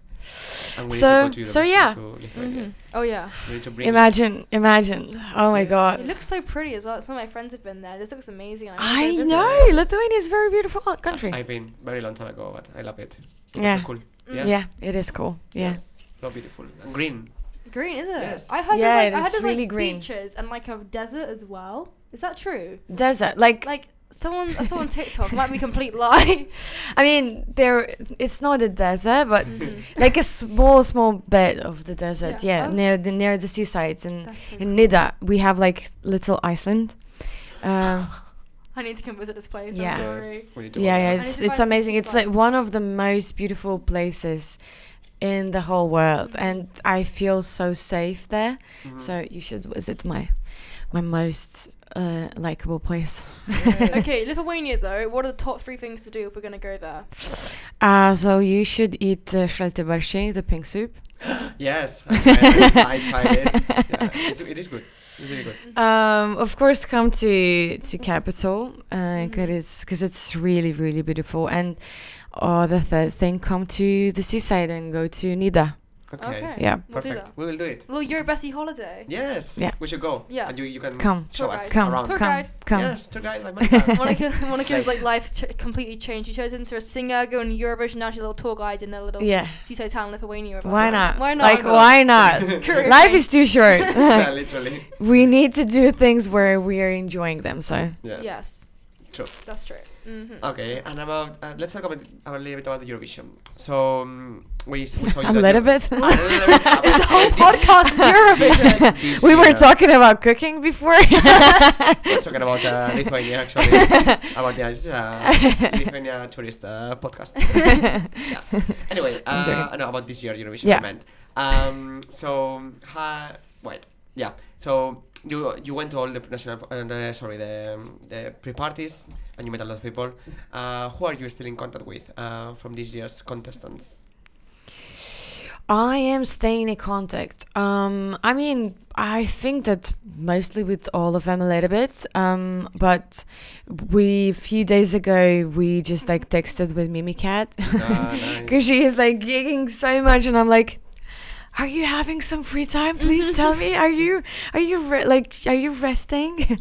S2: And we
S1: So-
S2: need to go to
S1: so
S2: Eurovision
S1: yeah.
S2: To Lithuania.
S3: Oh yeah.
S2: We need to bring.
S1: Imagine, imagine. Oh my
S2: Yeah.
S1: god.
S3: It looks so pretty as well. Some of my friends have been there. This looks amazing. I'm gonna
S1: I
S3: go visit.
S1: know. Lithuania is a very beautiful country.
S2: I've been very long time ago, but I love it. It's so
S1: yeah.
S2: cool.
S1: yeah.
S3: Mm-hmm.
S2: Yeah.
S1: it is cool. Yeah.
S2: Yes. So beautiful. And green.
S3: Green, is it?
S2: Yes.
S3: I heard
S1: Yeah,
S3: there's
S1: it
S3: like, I
S1: is
S3: heard there's
S1: really
S3: like
S1: green.
S3: beaches and like a desert as well. Is that true?
S1: Desert. Like,
S3: Like someone I saw on TikTok might be a complete lie.
S1: I mean, there it's not a desert, but
S2: Mm-hmm.
S1: like a small small bit of the desert. Yeah,
S3: Yeah. Oh.
S1: near the near the seasides and
S3: That's so
S1: in
S3: cool.
S1: Nida, we have like little Iceland. Um
S3: I need to come visit this place.
S1: Yeah.
S3: I'm sorry.
S2: Yes. We need to go
S1: yeah, yeah,
S2: there.
S3: I need
S1: it's
S3: to
S1: it's
S3: find some
S1: amazing. It's like
S3: people.
S1: one of the most beautiful places in the whole world, and I feel so safe there. So you should visit my my most uh, likable place.
S3: Okay, Lithuania though. What are the top three things to do if we're gonna go there?
S1: Uh, so you should eat uh, shelte barshe, the pink soup.
S2: Yes. I tried it. I tried it. Yeah. It's, it is good. It's really good.
S1: Um, of course, come to to capital because it's because it's really really beautiful. And uh, the third thing, come to the seaside and go to Nida.
S2: Okay.
S3: Okay.
S1: Yeah,
S3: We'll do
S2: Perfect.
S3: that.
S2: We will do it.
S3: Well, you're a Bessie holiday.
S2: Yes.
S1: Yeah.
S2: We should go.
S3: Yes.
S2: And you, you can
S1: Come.
S2: show
S3: Tour
S2: us
S3: guide.
S1: come,
S2: around.
S3: Tour
S1: come,
S3: guide.
S1: come.
S2: Yes, tour guide by Monica.
S3: Monica, Monica's
S2: like-
S3: like life ch- completely changed. She chose into a singer, going to Eurovision. Now she's a little tour guide in a little
S1: Yeah.
S3: seaside town, in Lithuania. with
S1: Why
S3: us.
S1: not?
S3: Why not?
S1: Like, why not?
S3: Career
S1: Life
S3: change.
S1: is too short.
S2: yeah, literally.
S1: we need to do things where we are enjoying them. So,
S2: Yes.
S3: Yes,
S2: True.
S3: that's true. hmm
S2: Okay, and about uh, let's talk about, about a little bit about the Eurovision. So um, we, s- we saw you
S1: a
S2: that
S1: little
S2: you-
S1: bit.
S2: A little bit about
S3: It's the whole
S2: this-
S3: podcast is Eurovision.
S2: this
S1: we were
S2: year.
S1: talking about cooking before.
S2: We're talking about uh, Lithuania actually. about the uh, Lithuania tourist uh, podcast. yeah. Anyway,
S1: I'm
S2: uh,
S1: joking.
S2: no, about this year Eurovision
S1: Yeah.
S2: I meant. Um, so ha, wait, yeah. So you you went to all the national uh, the, sorry the um, the pre parties and you met a lot of people. Uh, who are you still in contact with uh, from this year's contestants?
S1: I am staying in contact. Um, I mean, I think that mostly with all of them a little bit. Um, but we few days ago we just like texted with Mimi Cat
S2: Ah, nice.
S1: because she is like gigging so much, and I'm like, "Are you having some free time? Please tell me. Are you are you re- like are you resting?"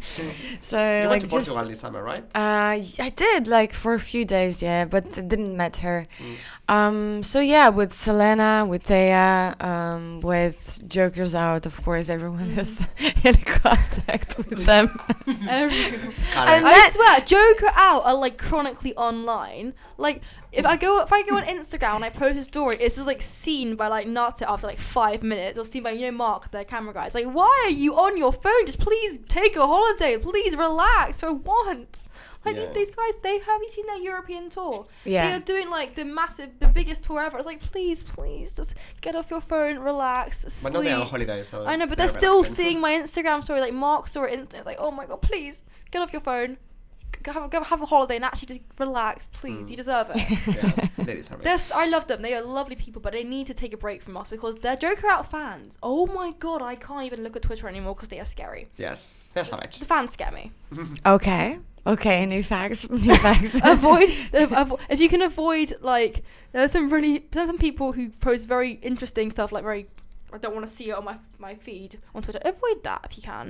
S1: so
S2: You
S1: Uh, like
S2: went to
S1: just.
S2: Portugal this summer, right?
S1: Uh, y- I did like for a few days, yeah, but I didn't met her.
S2: Mm.
S1: Um, so yeah, with Selena, with Thea, um, with Jokers out, of course, everyone
S3: Mm-hmm.
S1: is in contact with them.
S2: Karen.
S1: I'm-
S3: I
S1: That-
S3: swear, Joker out are like chronically online. Like if I go if I go on Instagram and I post a story, it's just like seen by like Nata after like five minutes, or seen by you know Mark, the camera guy. It's like, why are you on your phone? Just please take a holiday. Please relax for once. Like
S2: Yeah.
S3: these, these guys, they haven't seen their European tour. They
S1: Yeah.
S3: are doing like the massive, the biggest tour ever. It's like, please, please, just get off your phone, relax,
S2: but
S3: sleep.
S2: not they're on holiday, so
S3: I know, but they're still
S2: relaxing.
S3: seeing my Instagram story. Like Mark saw it, and it's like, oh my god, please get off your phone, go have a, go have a holiday, and actually just relax, please. You deserve it.
S2: Yeah, they deserve it.
S3: This I love them. They are lovely people, but they need to take a break from us because they're Joker out fans. Oh my god, I can't even look at Twitter anymore because they are scary.
S2: Yes, they're savage.
S3: The fans scare me.
S1: okay, okay, new facts, new facts.
S3: avoid if, avo- if you can avoid like there are some really there's some people who post very interesting stuff like very I don't want to see it on my my feed on Twitter. Avoid that if you can.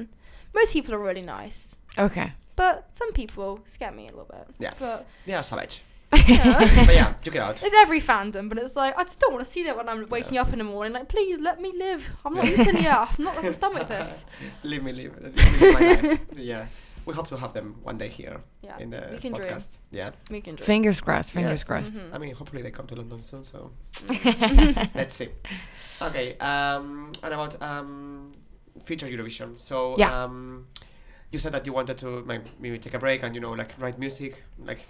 S3: Most people are really nice,
S1: Okay.
S3: but some people scare me a little bit.
S2: Yeah.
S3: But
S2: They are savage.
S3: yeah.
S2: but yeah, check it out.
S3: It's every fandom, but it's like I just don't want to see that when I'm waking up in the morning. Like, please let me live. I'm not eating yet. I'm not gonna stomach this.
S2: Leave me, leave. leave me my life. Yeah. We hope to have them one day here
S3: Yeah,
S2: in the
S3: we can dream. Mm-hmm.
S2: podcast. Yeah.
S3: We can drink.
S1: Fingers crossed. Fingers
S2: Yes.
S1: crossed.
S2: I mean, hopefully they come to London soon, so
S3: Mm-hmm.
S2: let's see. Okay, um, and about um, future Eurovision. So,
S1: Yeah.
S2: um, you said that you wanted to like, maybe take a break and you know like write music, like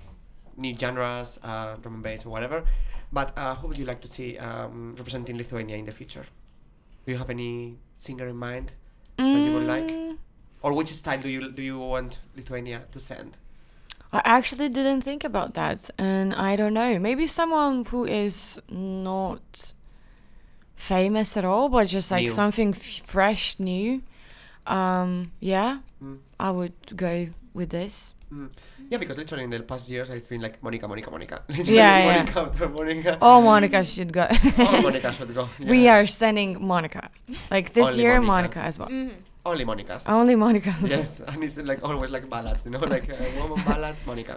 S2: new genres, uh, drum and bass or whatever. But uh, who would you like to see um, representing Lithuania in the future? Do you have any singer in mind, that you would like?
S1: Mm,
S2: or which style do you do you want Lithuania to send?
S1: I actually didn't think about that, and I don't know. Maybe someone who is not famous at all, but just like
S2: New.
S1: something f- fresh, new. Um, yeah,
S2: Mm.
S1: I would go with this.
S2: Yeah, because literally in the past years it's been like Monica, Monica, Monica. Literally
S1: Yeah, yeah.
S2: Monica after Monica.
S1: Oh, Monica should go.
S2: All Mm. Monica should go.
S1: We
S2: yeah.
S1: are sending Monica, like this
S2: Only
S1: year, Monica.
S2: Monica.
S1: as well.
S3: hmm
S2: only Monica's.
S1: Only Monica.
S2: Yes, and it's like always like ballads, you know, like uh, woman ballad, Monica.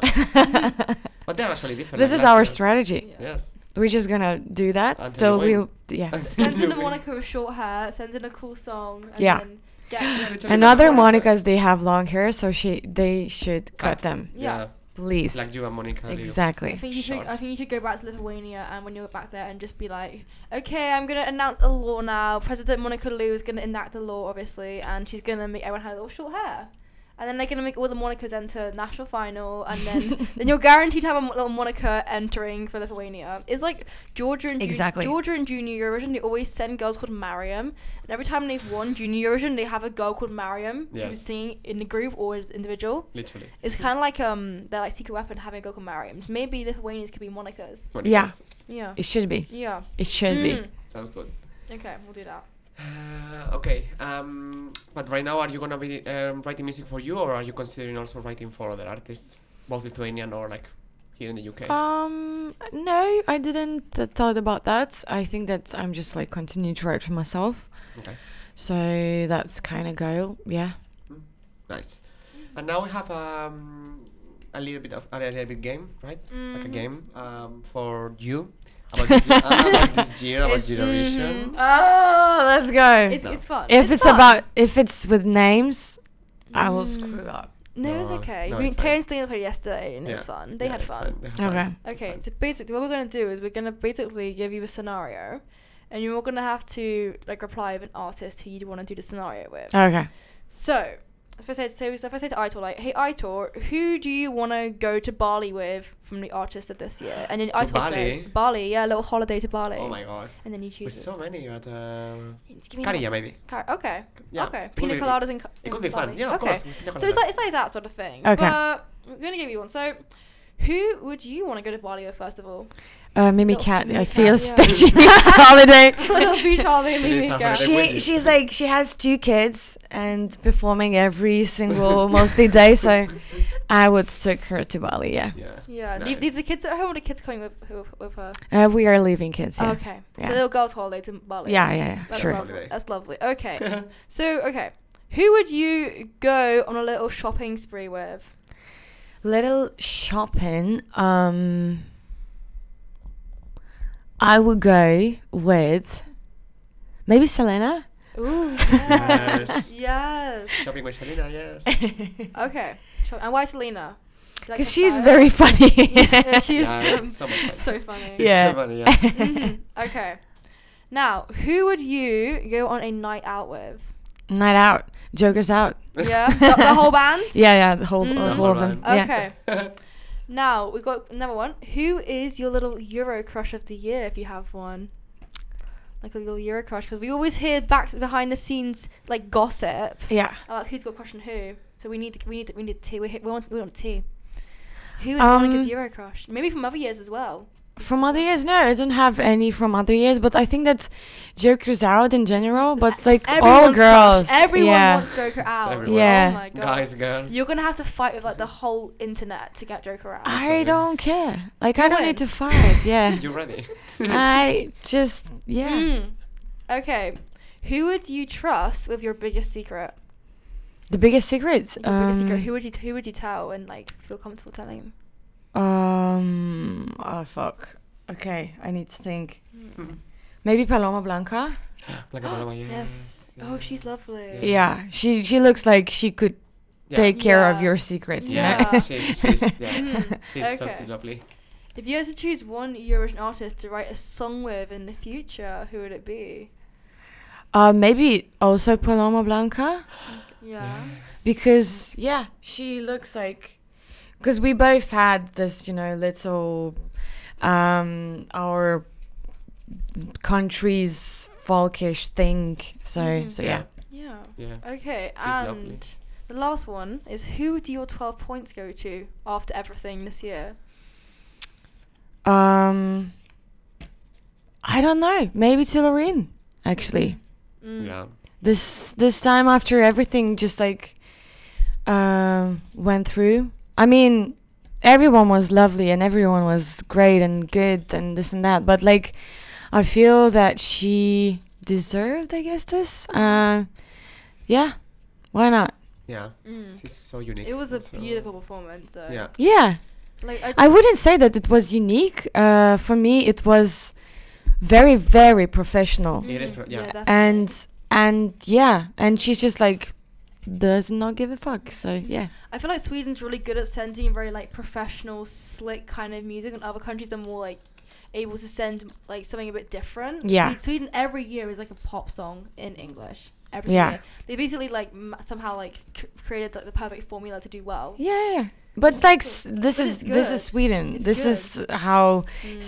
S2: but they're actually different.
S1: This
S2: like
S1: is
S2: last
S1: our
S2: year.
S1: strategy.
S2: Yes.
S1: We're just gonna do that
S2: Until
S1: till
S2: we
S1: we'll yeah.
S3: Send in a Monica with short hair. Send in a cool song. And
S1: Yeah.
S3: Then get
S2: Literally
S1: Another
S2: like Monica.
S1: Monica's they have long hair, so she they should cut
S2: Cut.
S1: them,
S2: Yeah.
S3: Yeah.
S1: please.
S2: like you and Monica. Liu.
S3: I
S1: exactly.
S3: think you should. I
S2: Short.
S3: think you should go back to Lithuania, and when you're back there, and just be like, "Okay, I'm gonna announce a law now. President Monica Liu is gonna enact the law, obviously, and she's gonna make everyone have little short hair, and then they're gonna make all the Monicas enter national final, and then then you're guaranteed to have a mo- little Monica entering for Lithuania. It's like Georgia and Ju-
S1: Exactly.
S3: Georgia and Junior Eurovision. They always send girls called Mariam, and every time they've won Junior Eurovision, they have a girl called Mariam
S2: Yes.
S3: who's singing in the group or as individual.
S2: Literally.
S3: It's kind of like um, they're like secret weapon having a go called Mariams. Maybe Lithuanians could be Monica's.
S2: Monica's.
S3: Yeah.
S1: It should be.
S3: Yeah. Mm.
S1: It should be.
S2: Sounds good.
S3: Okay, we'll do that.
S2: Uh, okay. Um, but right now, are you gonna be um, writing music for you, or are you considering also writing for other artists, both Lithuanian or like here in the
S3: Mm.
S2: UK?
S1: Um, no, I didn't th- thought about that. I think that I'm just like continuing to write for myself.
S2: Okay.
S1: So that's kind of go. Yeah.
S2: Nice. And now we have um, a little bit of a little bit game, right?
S3: Mm-hmm.
S2: Like a game um, for you about this year, about this year about
S3: It's- mm-hmm.
S2: Eurovision.
S1: Oh, let's go.
S3: It's,
S2: No.
S3: it's fun.
S1: if it's,
S3: fun. Mm.
S1: about if it's with names, I will screw up.
S3: No, it's
S2: No,
S3: okay.
S2: no,
S3: we
S2: it's fine.
S3: Terrence Dean played yesterday and it was
S2: Yeah.
S3: fun. They
S2: Yeah,
S3: had
S2: it's
S3: fun.
S2: They had
S1: Okay.
S2: It's
S3: Okay,
S2: fine.
S3: so basically what we're gonna do is we're gonna basically give you a scenario and you're all gonna have to like reply with an artist who you'd wanna do the scenario with.
S1: Okay.
S3: So if I say so if I say to Itor like, hey Itor, who do you wanna go to Bali with from the artist of this year? And then Itor says
S2: Bali?
S3: Bali, yeah, a little holiday to Bali.
S2: Oh my god.
S3: And then you choose.
S2: There's so many, but um,
S3: Give me
S2: Carilla
S3: lots.
S2: maybe.
S3: Car- okay.
S2: Yeah.
S3: Okay.
S2: it could
S3: Pina
S2: be-
S3: coladas and.
S2: It could be fun. Yeah, of
S3: okay.
S2: course. pina
S3: So it's
S2: colada.
S3: like it's like that sort of thing.
S1: Okay.
S3: But we're gonna give you one. So, who would you want to go to Bali with first of all?
S1: Uh, Mimi
S3: No,
S1: Cat,
S3: Mimi
S1: I
S3: Cat,
S1: feel
S3: yeah.
S1: that she needs holiday.
S3: Little beach holiday
S2: She needs
S3: maybe.
S2: a
S3: girl.
S2: holiday. with
S1: She
S2: you.
S1: she's like she has two kids and performing every single mostly day. So I would take her to Bali. Yeah,
S2: Yeah.
S3: Yeah.
S2: Nice.
S3: Leave, leave the kids at home. Or the kids coming with with, with her.
S1: uh, we are leaving kids. Yeah.
S3: Okay.
S1: Yeah.
S3: So little girls' holiday to Bali.
S1: Yeah, yeah, yeah.
S3: That's
S1: Sure.
S3: lovely.
S2: Holiday.
S3: That's lovely. Okay. so okay, who would you go on a little shopping spree with?
S1: Little shopping. Um, I would go with maybe Selena.
S3: Ooh.
S2: Yes.
S3: Yes. yes.
S2: Shopping with Selena, yes.
S3: Okay. Sure. And why Selena? Do you like
S1: Because
S3: her
S1: she's
S3: style?
S1: very funny.
S3: yeah, she is
S2: Yeah,
S3: so,
S2: it's so much
S3: she's
S2: fun.
S3: so funny.
S2: It's
S1: Yeah.
S2: so funny, yeah.
S3: Mhm. Okay. Now, who would you go on a night out with?
S1: Night out, Joker's out.
S3: Yeah, the, the whole band.
S1: Yeah, yeah, the whole,
S3: Mm.
S1: the
S3: The
S1: whole of
S2: whole
S1: them. Yeah.
S3: Okay. Oh now we got another one. Who is your little Euro crush of the year, if you have one? Like a little Euro crush, because we always hear back behind the scenes like gossip
S1: Yeah.
S3: about who's got a crush on who. So we need we need we need tea. We, hit- we want we want tea. Who is Monica's
S1: Um,
S3: Euro crush? Maybe from other years as well.
S1: From other years, no, I don't have any from other years, but I think that Joker's out in general, Oh, but like all
S3: Everyone's
S1: girls.
S3: Crush. Everyone
S1: yeah.
S3: wants Joker out.
S2: Everyone.
S1: Yeah.
S3: Oh my god.
S2: Guys, girls.
S3: You're gonna have to fight with like the whole internet to get Joker out.
S1: I don't care. Like, I
S3: You
S1: don't
S3: win.
S1: need to fight. Yeah.
S2: You ready?
S1: I just, yeah.
S3: Mm. Hmm. Okay. Who would you trust with your biggest secret?
S1: The biggest secrets.
S3: Your biggest secret.
S1: um,
S3: Who would you who would you tell and like feel comfortable telling?
S1: Um. Oh fuck. Okay, I need to think. Maybe Paloma Blanca.
S2: Blanca Paloma, yeah.
S3: yes. Oh, she's lovely.
S2: Yeah.
S1: Yeah, she she looks like she could
S2: Yeah.
S1: take care of
S3: Yeah.
S1: your secrets. you
S2: Yeah,
S1: know?
S2: she- she's- yeah.
S3: Mm,
S2: She's
S3: Okay.
S2: so lovely.
S3: If you had to choose one Eurovision artist to write a song with in the future, who would it be?
S1: Uh, maybe also Paloma Blanca
S3: Yeah.
S1: because yeah, she looks like because we both had this, you know, little um our country's folkish thing. So
S3: Mhm.
S1: so yeah.
S3: Yeah.
S2: Yeah.
S3: Okay. and
S2: lovely.
S3: the last one is who do your 12 points go to after everything this year?
S1: Um, I don't know. Maybe to Lorraine actually.
S3: Mm.
S2: Yeah.
S1: this this time after everything just like um went through i mean everyone was lovely and everyone was great and good and this and that but like i feel that she deserved i guess this uh, yeah why not
S2: Yeah.
S3: Mm.
S2: She's so unique.
S3: It was a
S2: so-
S3: beautiful performance. So.
S2: Yeah.
S1: yeah
S3: Like I,
S1: i wouldn't say that it was unique uh for me it was very very professional
S2: It is pro-
S3: Mhm.
S2: yeah.
S3: definitely.
S1: and and yeah and she's just like does not give a fuck so yeah
S3: I feel like Sweden's really good at sending very like professional, slick kind of music, and other countries are more like able to send like something a bit different.
S1: Yeah.
S3: Sweden, Sweden every year is like a pop song in English. Every
S1: Yeah.
S3: year. They basically like m- somehow like c- created like the perfect formula to do well.
S1: Yeah, yeah. But like s- this
S3: But
S1: is
S3: it's
S1: this
S3: good.
S1: is Sweden.
S3: It's
S1: this is how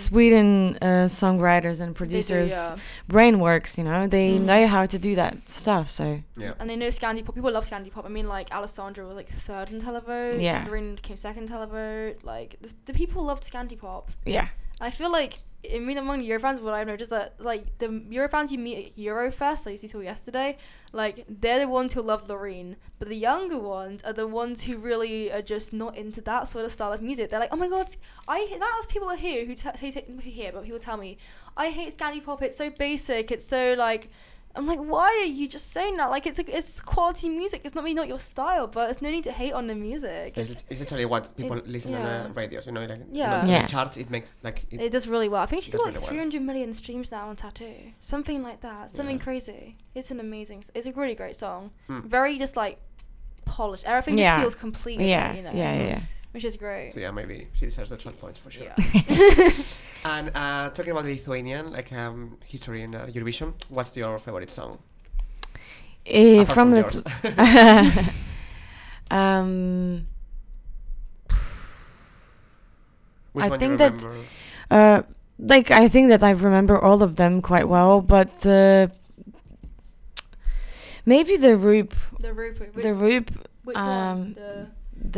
S1: Sweden uh, songwriters and
S3: They do,
S1: producers'
S3: yeah.
S1: brain works. You know, they
S3: Mm.
S1: know how to do that stuff. So
S2: Yeah.
S3: And I know Scandi pop. People love Scandi pop. I mean, like Alessandra was like third in televote.
S1: Yeah.
S3: Doreen came second in televote. Like the, the people loved Scandi pop.
S1: yeah,
S3: I feel like I mean among Eurofans, what I've noticed that like the Eurofans you meet at Eurofest, like you saw yesterday, like they're the ones who love Loreen, but the younger ones are the ones who really are just not into that sort of style of music. They're like, oh my god, I the amount of people here who t- t- t- here, but people tell me I hate Scandi pop. It's so basic. It's so like. I'm like, why are you just saying that? Like, it's a, it's quality music. It's not maybe not your style, but it's no need to hate on the music.
S2: It's,
S3: It's,
S2: it's actually what people
S3: it-
S2: listen
S3: yeah.
S2: on the radios, you know, like
S3: Yeah.
S2: yeah. the,
S1: Yeah.
S2: charts. It makes like it,
S3: It does really well. I think she's
S2: does
S3: got like
S2: really well.
S3: 300 million streams now on Tattoo. Something like that. Something
S2: Yeah.
S3: crazy. It's an amazing. s- It's a really great song.
S2: Hmm.
S3: Very just like polished. Everything
S1: Yeah.
S3: just feels complete. with it,
S1: yeah,
S3: you know,
S1: yeah, yeah,
S3: Which is great.
S2: So yeah, maybe she deserves the 12 points for sure.
S1: yeah.
S2: And uh, talking about Lithuanian, like um, history in uh, Eurovision, what's your favorite song?
S1: Eh,
S2: Apart
S1: from
S2: yours.
S1: the um,
S2: Which
S1: I
S2: one
S1: think
S2: do you
S1: that-
S2: remember?
S1: uh, like I think that I remember all of them quite well, but uh, maybe the Roop,
S3: The Rupert. Which,
S1: the Roop,
S3: which
S1: um,
S3: one? The,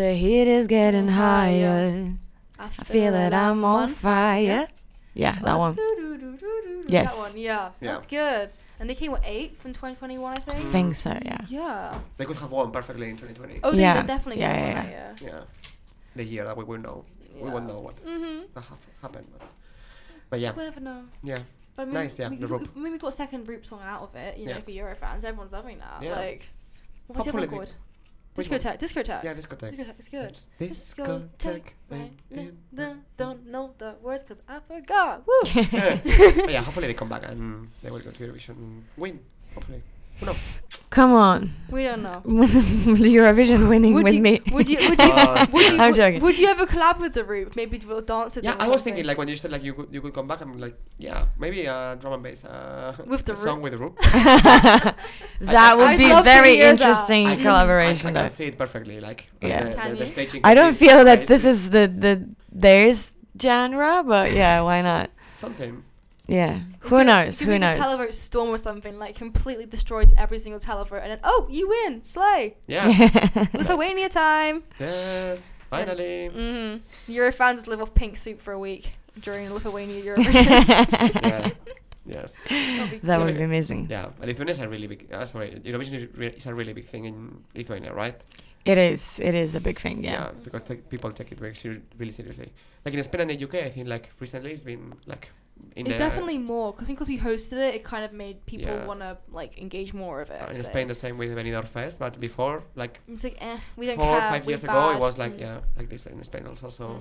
S1: the heat is getting
S3: Getting higher.
S1: higher. I feel that I'm on fire. Yeah, that one.
S3: Do-do-do-do-do-do,
S1: Yes.
S3: That one. Yeah.
S2: Yeah.
S3: That's good. And they came what eighth in 2021, I
S1: I
S3: think.
S1: think so, yeah.
S3: Yeah.
S2: They could have won perfectly in 2020.
S3: Oh, they-
S1: Yeah.
S3: they definitely
S1: Yeah,
S3: could
S1: yeah,
S3: have won that,
S2: Yeah, the year that we will know.
S3: yeah.
S2: We won't know what
S3: Mm-hmm.
S2: that hap- happened, but but yeah,
S3: We'll never know.
S2: yeah,
S3: But I mean,
S2: Nice, yeah,
S3: We,
S2: the
S3: we,
S2: rope.
S3: I mean, we got a second Roop song out of it, you know,
S2: Yeah.
S3: for Euro fans. Everyone's loving that.
S2: Yeah.
S3: Like, what's the other
S2: Hopefully
S3: one called?
S2: they- which one?
S3: Discotheque. Discotheque.
S2: yeah, discotheque.
S3: Discotheque. It's good.
S2: It's discotheque.
S3: right
S2: right
S3: now.
S2: in
S3: No,
S2: the-
S3: Don't know the words because I forgot. Woo!
S2: But yeah, hopefully they come back and they will go to Eurovision and win. Hopefully, who knows?
S1: Come on.
S3: we don't know.
S1: Eurovision winning
S3: Would
S1: with
S3: you,
S1: me.
S3: would you? Would you?
S2: Oh,
S3: would you?
S2: yeah.
S1: I'm
S3: would-
S1: joking.
S3: Would you ever collab with the Roop? Maybe we'll dance with
S2: Yeah,
S3: them
S2: I
S3: or
S2: was
S3: something.
S2: thinking like when you said like you could you could come back. I'm like, yeah, maybe uh, drum and bass uh,
S3: With the
S2: a
S3: Roop.
S2: song with the roop.
S1: that would
S3: I'd
S1: be
S3: love to
S1: very
S3: hear that.
S1: interesting
S2: I can-
S1: collaboration,
S2: I, I
S1: though.
S2: can see it perfectly. Like
S1: Yeah.
S2: yeah.
S3: Can
S2: the, the,
S3: you?
S2: the staging.
S1: I
S2: could
S1: don't
S2: be
S1: feel that this
S2: crazy.
S1: is the, the there's genre, but yeah, why not?
S2: something.
S1: Yeah. Who
S3: We could-
S1: knows?
S3: could
S1: Who
S3: make
S1: knows?
S3: A televote storm or something like completely destroys every single televote, and then oh, you win, slay,
S2: Yeah.
S3: Lithuania time.
S2: yes. Finally.
S3: Mm-hmm. Eurofans live off pink soup for a week during Lithuania Eurovision.
S2: yeah. Yes.
S3: That'll be
S1: that
S3: cute.
S1: would be amazing.
S2: Yeah. And Lithuania is a really big. Uh, sorry, Eurovision is, re- is a really big thing in Lithuania, right?
S1: It is. It is a big thing, yeah.
S2: because take people take it very ser- really seriously. Like in Spain and the UK, I think like recently it's been like in
S3: it's
S2: the,
S3: definitely more. 'cause I think because we hosted it, it kind of made people
S2: Yeah.
S3: want to like engage more of it.
S2: uh,
S3: I'd
S2: in
S3: say.
S2: Spain the same with Benidorm Fest, but before like
S3: it's like eh, we don't
S2: four
S3: care.
S2: or five
S3: we're
S2: years ago
S3: bad.
S2: it was like
S3: Mm.
S2: yeah like this in Spain also. So
S3: Mm.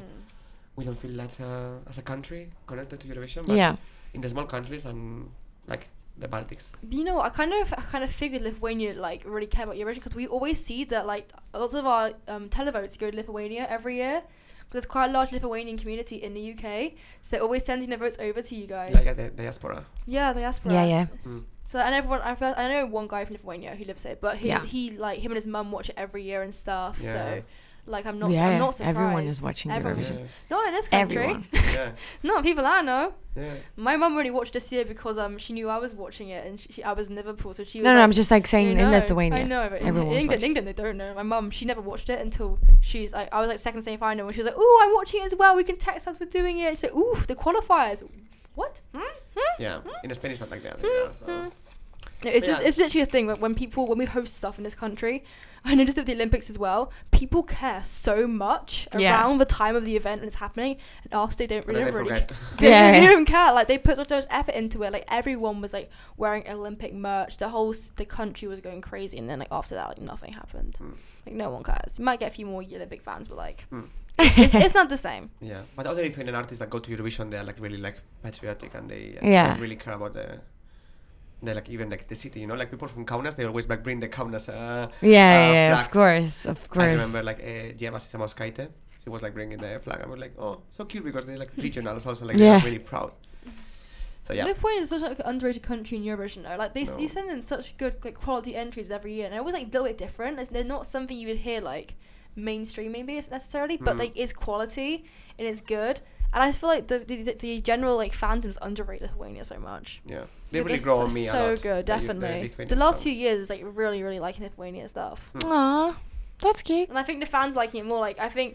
S2: we don't feel that uh, as a country connected to Eurovision, but
S1: yeah.
S2: in the small countries and like the Baltics.
S3: But You know, I kind of, I kind of figured Lithuania like really care about Eurovision because we always see that like lots of our um, televotes go to Lithuania every year because there's quite a large Lithuanian community in the UK, so they're always sending their votes over to you guys.
S2: Like uh, the diaspora.
S3: yeah, the diaspora.
S1: Yeah, yeah.
S2: Mm.
S3: So and everyone, I, felt, I know one guy from Lithuania who lives here, but he,
S1: Yeah.
S3: he like him and his mum watch it every year and stuff.
S2: Yeah.
S3: So like I'm not,
S1: Yeah,
S3: I'm not surprised.
S1: everyone is watching
S3: Everyone.
S1: Eurovision.
S2: Yes.
S3: Not in this country.
S1: Everyone.
S2: yeah,
S3: not people I know.
S2: yeah.
S3: My mum already watched this year because um she knew I was watching it and she, she I was in Liverpool, so she was
S1: No, no,
S3: like,
S1: I'm just like saying
S3: you
S1: in
S3: know,
S1: Lithuania.
S3: I know, but in- in
S1: everyone's
S3: England,
S1: watching.
S3: England, they don't know. My mum, she never watched it until she's like, I was like second semi final, and she was like, "Oh, I'm watching it as well. We can text us we're doing it." She's like, "Ooh, the qualifiers." What? Hmm? Hmm?
S2: Yeah, in Spain it's not like that.
S3: Hmm,
S2: either, so.
S3: hmm. No, it's
S2: But
S3: just
S2: yeah.
S3: it's literally a thing that when people when we host stuff in this country, I noticed at the Olympics as well, people care so much
S1: Yeah.
S3: around the time of the event when it's happening, and after they don't
S2: But
S3: really,
S2: then they
S3: really
S2: forget.
S3: they,
S1: Yeah.
S3: they don't care. Like they put so much effort into it. Like everyone was like wearing Olympic merch. The whole s- the country was going crazy, and then like after that, like nothing happened.
S2: Mm.
S3: Like no one cares. You might get a few more Olympic fans, but like
S2: Mm.
S3: it's, it's not the same.
S2: Yeah, but other Lithuanian artists that go to Eurovision, they are like really like patriotic and they like,
S1: Yeah.
S2: really care about the, they like even like the city, you know, like people from Kaunas, they always like bring the Kaunas. Uh,
S1: Yeah,
S2: uh,
S1: yeah,
S2: flag.
S1: of course, of course.
S2: I remember like uh, Dieva Sisamauskaite, she was like bringing the flag. I was like, oh, so cute because they're like regionals also, like
S1: Yeah.
S2: they're really proud. So yeah,
S3: Lithuania is such like, an underrated country in Eurovision. Though. Like they s you
S2: No.
S3: send in such good like quality entries every year, and it was like a little bit different. It's, they're not something you would hear like mainstream maybe it's necessarily, but
S2: Mm.
S3: like it's quality and it's good. And I just feel like the the, the, the general like fandoms underrate Lithuania so much.
S2: yeah, they
S3: Like,
S2: really
S3: they're
S2: grow
S3: so,
S2: on me
S3: so
S2: a lot.
S3: good,
S2: the U-
S3: definitely. The,
S2: Lithuanian
S3: last few
S2: songs.
S3: years is like really, really liking Lithuania stuff,
S2: Mm.
S1: Aw, that's cute.
S3: and I think the fans liking it more. Like I think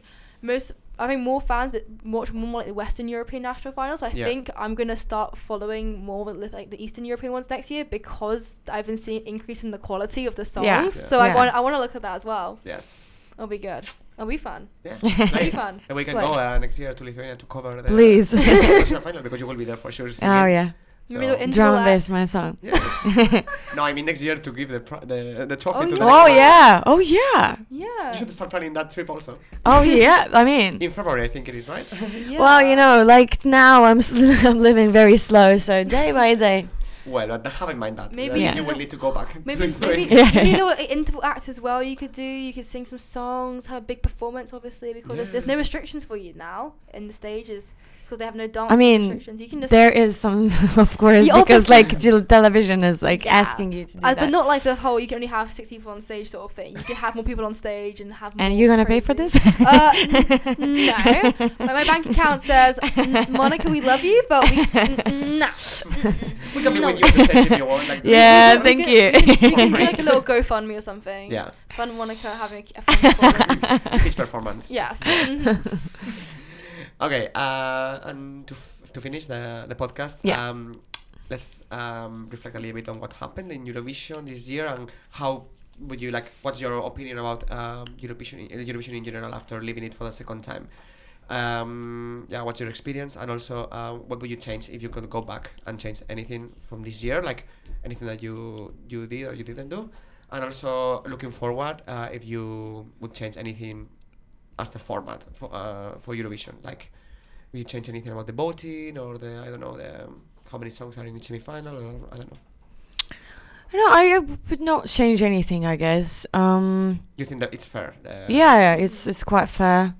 S3: most, I think more fans that watch more like the Western European national finals. So I
S2: Yeah.
S3: think I'm gonna start following more with like the Eastern European ones next year because I've been seeing increase in the quality of the songs.
S1: Yeah.
S3: So
S1: Yeah.
S3: I want, I want to look at that as well.
S2: Yes.
S3: It'll be good. It'll be fun.
S2: Yeah.
S1: It'll
S2: slay.
S3: be fun.
S2: And we can
S3: Slay.
S2: go uh, next year to Lithuania to cover the
S1: Please.
S2: international final because you will be there for sure.
S1: Oh
S2: singing.
S1: yeah,
S3: Maybe they'll
S2: So-
S3: interlace-
S1: drum and bass, my song.
S2: Yes. no, I mean next year to give the pro- the, the trophy
S3: Oh,
S2: to
S3: yeah.
S2: the
S1: Oh
S2: next
S1: yeah, oh yeah,
S3: Yeah.
S2: one. You should start planning that trip also.
S1: oh yeah. I mean,
S2: In February, I think it is, right?
S1: well, you
S3: Yeah.
S1: know, like now I'm s- I'm living very slow, so day by day.
S2: well, but have in mind that.
S3: Maybe
S2: then
S1: Yeah.
S2: you will need to go back. to
S3: Maybe,
S2: Lithuania.
S3: maybe,
S1: Yeah.
S3: maybe you know what interval acts as well you could do. You could sing some songs, have a big performance, obviously, because there's, there's no
S2: Yeah.
S3: restrictions for you now in the stages because they have no dance
S1: I mean,
S3: restrictions. You can just.
S1: There is some, of course,
S3: Yeah,
S1: because
S3: obviously.
S1: like tel- television is like
S3: Yeah.
S1: asking you to do
S3: Uh, but
S1: that.
S3: not like the whole you can only have six people on stage sort of thing. You can have more people on stage and have.
S1: and
S3: more
S1: you're gonna pay for
S3: crazy-
S1: this?
S3: Uh, n- no, Like, my bank account says, "N- Monica, we love you, but we n- n- nah. Mm-mm.
S2: we can be
S3: No.
S2: with you on the stage if you want. Like,
S1: Yeah,
S3: We
S1: thank
S3: can-
S1: you.
S3: We can, we can do
S2: Right.
S3: like a little GoFundMe or something.
S2: Yeah,
S3: Fun Monica having a, a fun performance.
S2: each performance.
S3: yes.
S2: Okay, uh, and to, f- to finish the, the podcast,
S1: Yeah.
S2: um, let's um, reflect a little bit on what happened in Eurovision this year and how would you like, what's your opinion about um, Eurovision, in, Eurovision in general after leaving it for the second time? Um, yeah, what's your experience and also uh, what would you change if you could go back and change anything from this year, like anything that you, you did or you didn't do? And also looking forward, uh, if you would change anything as the format for, uh, for Eurovision, like Will you change anything about the voting or the I don't know the um, how many songs are in each semi-final or I don't know.
S1: no, I uh, would not change anything, I guess. Um,
S2: You think that it's fair? Uh,
S1: yeah, yeah, it's it's quite fair.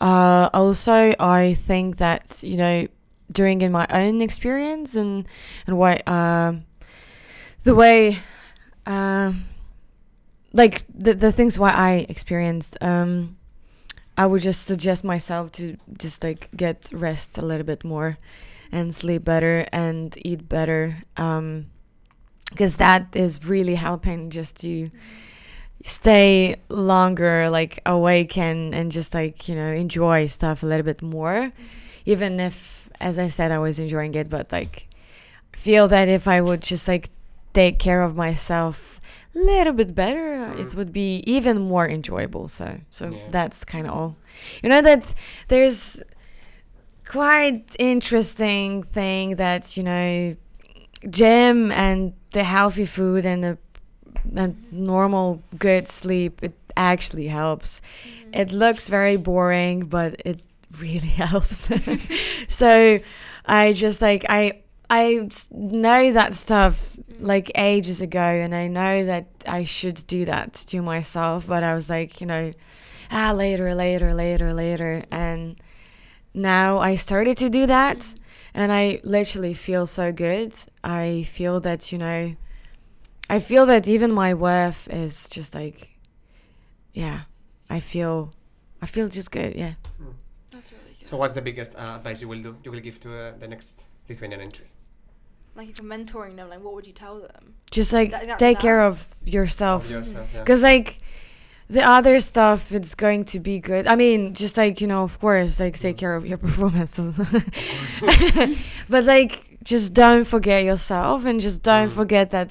S1: Uh, also, I think that you know, during in my own experience and and what um, the way, um, like the the things why I experienced, um, I would just suggest myself to just like get rest a little bit more, and sleep better and eat better, um, because that is really helping just to stay longer like awake and and just like you know enjoy stuff a little bit more even if as i said i was enjoying it but like feel that if i would just like take care of myself a little bit better uh, it
S2: Mhm.
S1: would be even more enjoyable so so
S2: Yeah.
S1: that's kind of all you know that there's quite interesting thing that you know gym and the healthy food and the and normal good sleep it actually helps it looks very boring but it really helps so i just like i i s- know that stuff like ages ago and i know that i should do that to myself but i was like you know ah later later later later and now I started to do that and I literally feel so good. I feel that, you know, I feel that even my worth is just like yeah, I feel I feel just good, yeah.
S3: That's really good.
S2: So what's the biggest uh, advice you will do? You will give to uh, the next Lithuanian entry?
S3: like if you're mentoring them, like what would you tell them?
S1: Just like
S3: That- that-
S1: take
S3: that-
S1: care of yourself.
S2: Of yourself, yeah.
S1: Cuz like the other stuff it's going to be good. I mean, just like, you know, of course, like take care of your performance. but like just don't forget yourself and just don't
S2: Mm.
S1: forget that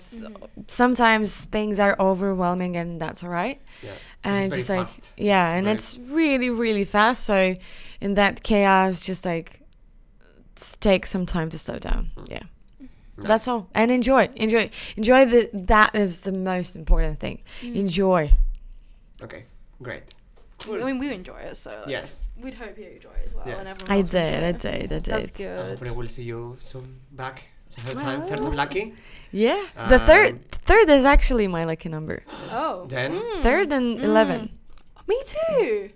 S1: sometimes things are overwhelming and that's all right
S2: Yeah.
S1: and
S2: It's
S1: just
S2: very
S1: like
S2: fast.
S1: yeah
S2: It's
S1: and
S2: very-
S1: it's really really fast so in that chaos just like s- take some time to slow down yeah that's
S2: Mm. Nice.
S1: all and enjoy enjoy enjoy the that is the most important thing enjoy
S2: Okay, great.
S3: I mean, we enjoy it, so like,
S2: Yes.
S3: we'd hope you enjoy it as well. And
S2: Yes.
S3: everyone
S1: i
S3: else would
S1: did i
S3: enjoy it.
S1: did i did
S3: That's
S2: And
S3: good.
S2: hopefully we'll see you soon back. Third time, third time lucky.
S1: yeah the
S2: Um,
S1: third third is actually my lucky number
S3: Oh, Mm.
S2: Then
S1: third and 11
S3: me too.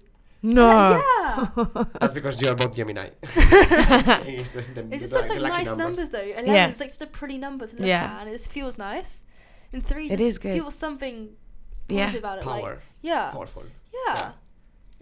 S1: no
S3: Yeah.
S2: that's because you are both Gemini. it's the- the-
S3: It's just
S2: the-
S3: such
S2: the
S3: like
S2: lucky
S3: nice numbers,
S2: numbers.
S3: though. Eleven
S1: Yeah.
S3: is like such a pretty number to look
S1: Yeah.
S3: at, and it just feels nice. And three
S1: It
S3: just
S1: is good.
S3: feels something
S1: Yeah.
S3: positive about it.
S2: Power,
S3: Like, uh, yeah,
S2: powerful.
S3: yeah,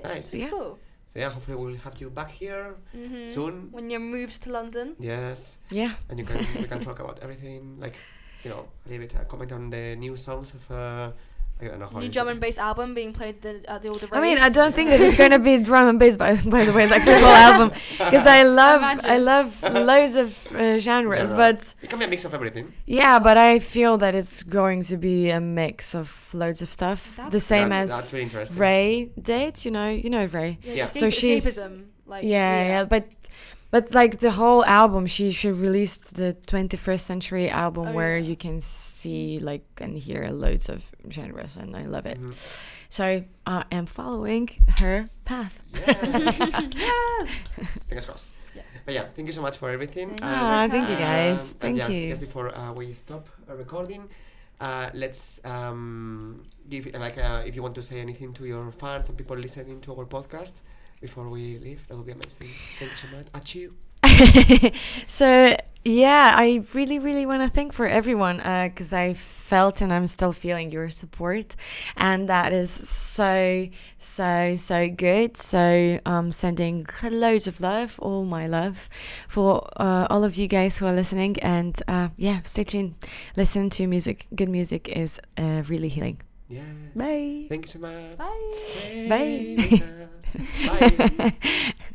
S2: Nice.
S3: It's
S1: Yeah.
S3: cool.
S2: So yeah, hopefully we'll have you back here
S3: Mhm.
S2: soon.
S3: When you're moved to London,
S2: Yes,
S1: yeah
S2: and you can we can talk about everything like you know a little bit uh, comment on the new songs of uh, I don't know how
S3: new
S2: it's-
S3: drum and bass album being played at the, at the older
S1: I mean, I don't think that it's going to be drum and bass, by, by the way, like the whole album, because I love, I
S3: Imagine.
S1: love loads of uh, genres,
S2: Genre.
S1: but
S2: it can be a mix of everything.
S1: yeah, but I feel that it's going to be a mix of loads of stuff, the
S3: That's-
S1: same
S2: That- that's
S1: as
S2: really interesting.
S1: Ray did, you know, you know Ray,
S3: Yeah,
S2: Yeah.
S3: escape-
S1: So she's-
S3: escapism, like
S1: yeah, yeah, but. But like the whole album, she she released the 21st century album
S3: Oh,
S1: where
S3: yeah.
S1: you can see like and hear loads of genres, and I love it.
S2: Mhm.
S1: So I am following her path.
S2: Yes.
S3: yes.
S2: Fingers crossed.
S3: Yeah.
S2: But yeah, thank you so much for everything.
S3: Thank
S2: And-
S1: Ah, thank you guys.
S2: Um, and
S1: Thank
S2: just,
S1: you.
S2: Just before uh, we stop uh, recording, uh, let's um, give uh, like uh, if you want to say anything to your fans and people listening to our podcast before we leave, that would be amazing. Thank you so much. Achiu.
S1: so yeah i really really want to thank for everyone because i felt and i'm still feeling your support and that is so so so good so i'm sending loads of love all my love for uh, all of you guys who are listening and uh, yeah stay tuned listen to music good music is uh, really healing
S2: Yeah.
S1: bye
S2: Thank you so much.
S3: Bye.
S2: Stay
S1: Bye.
S2: with us. Bye.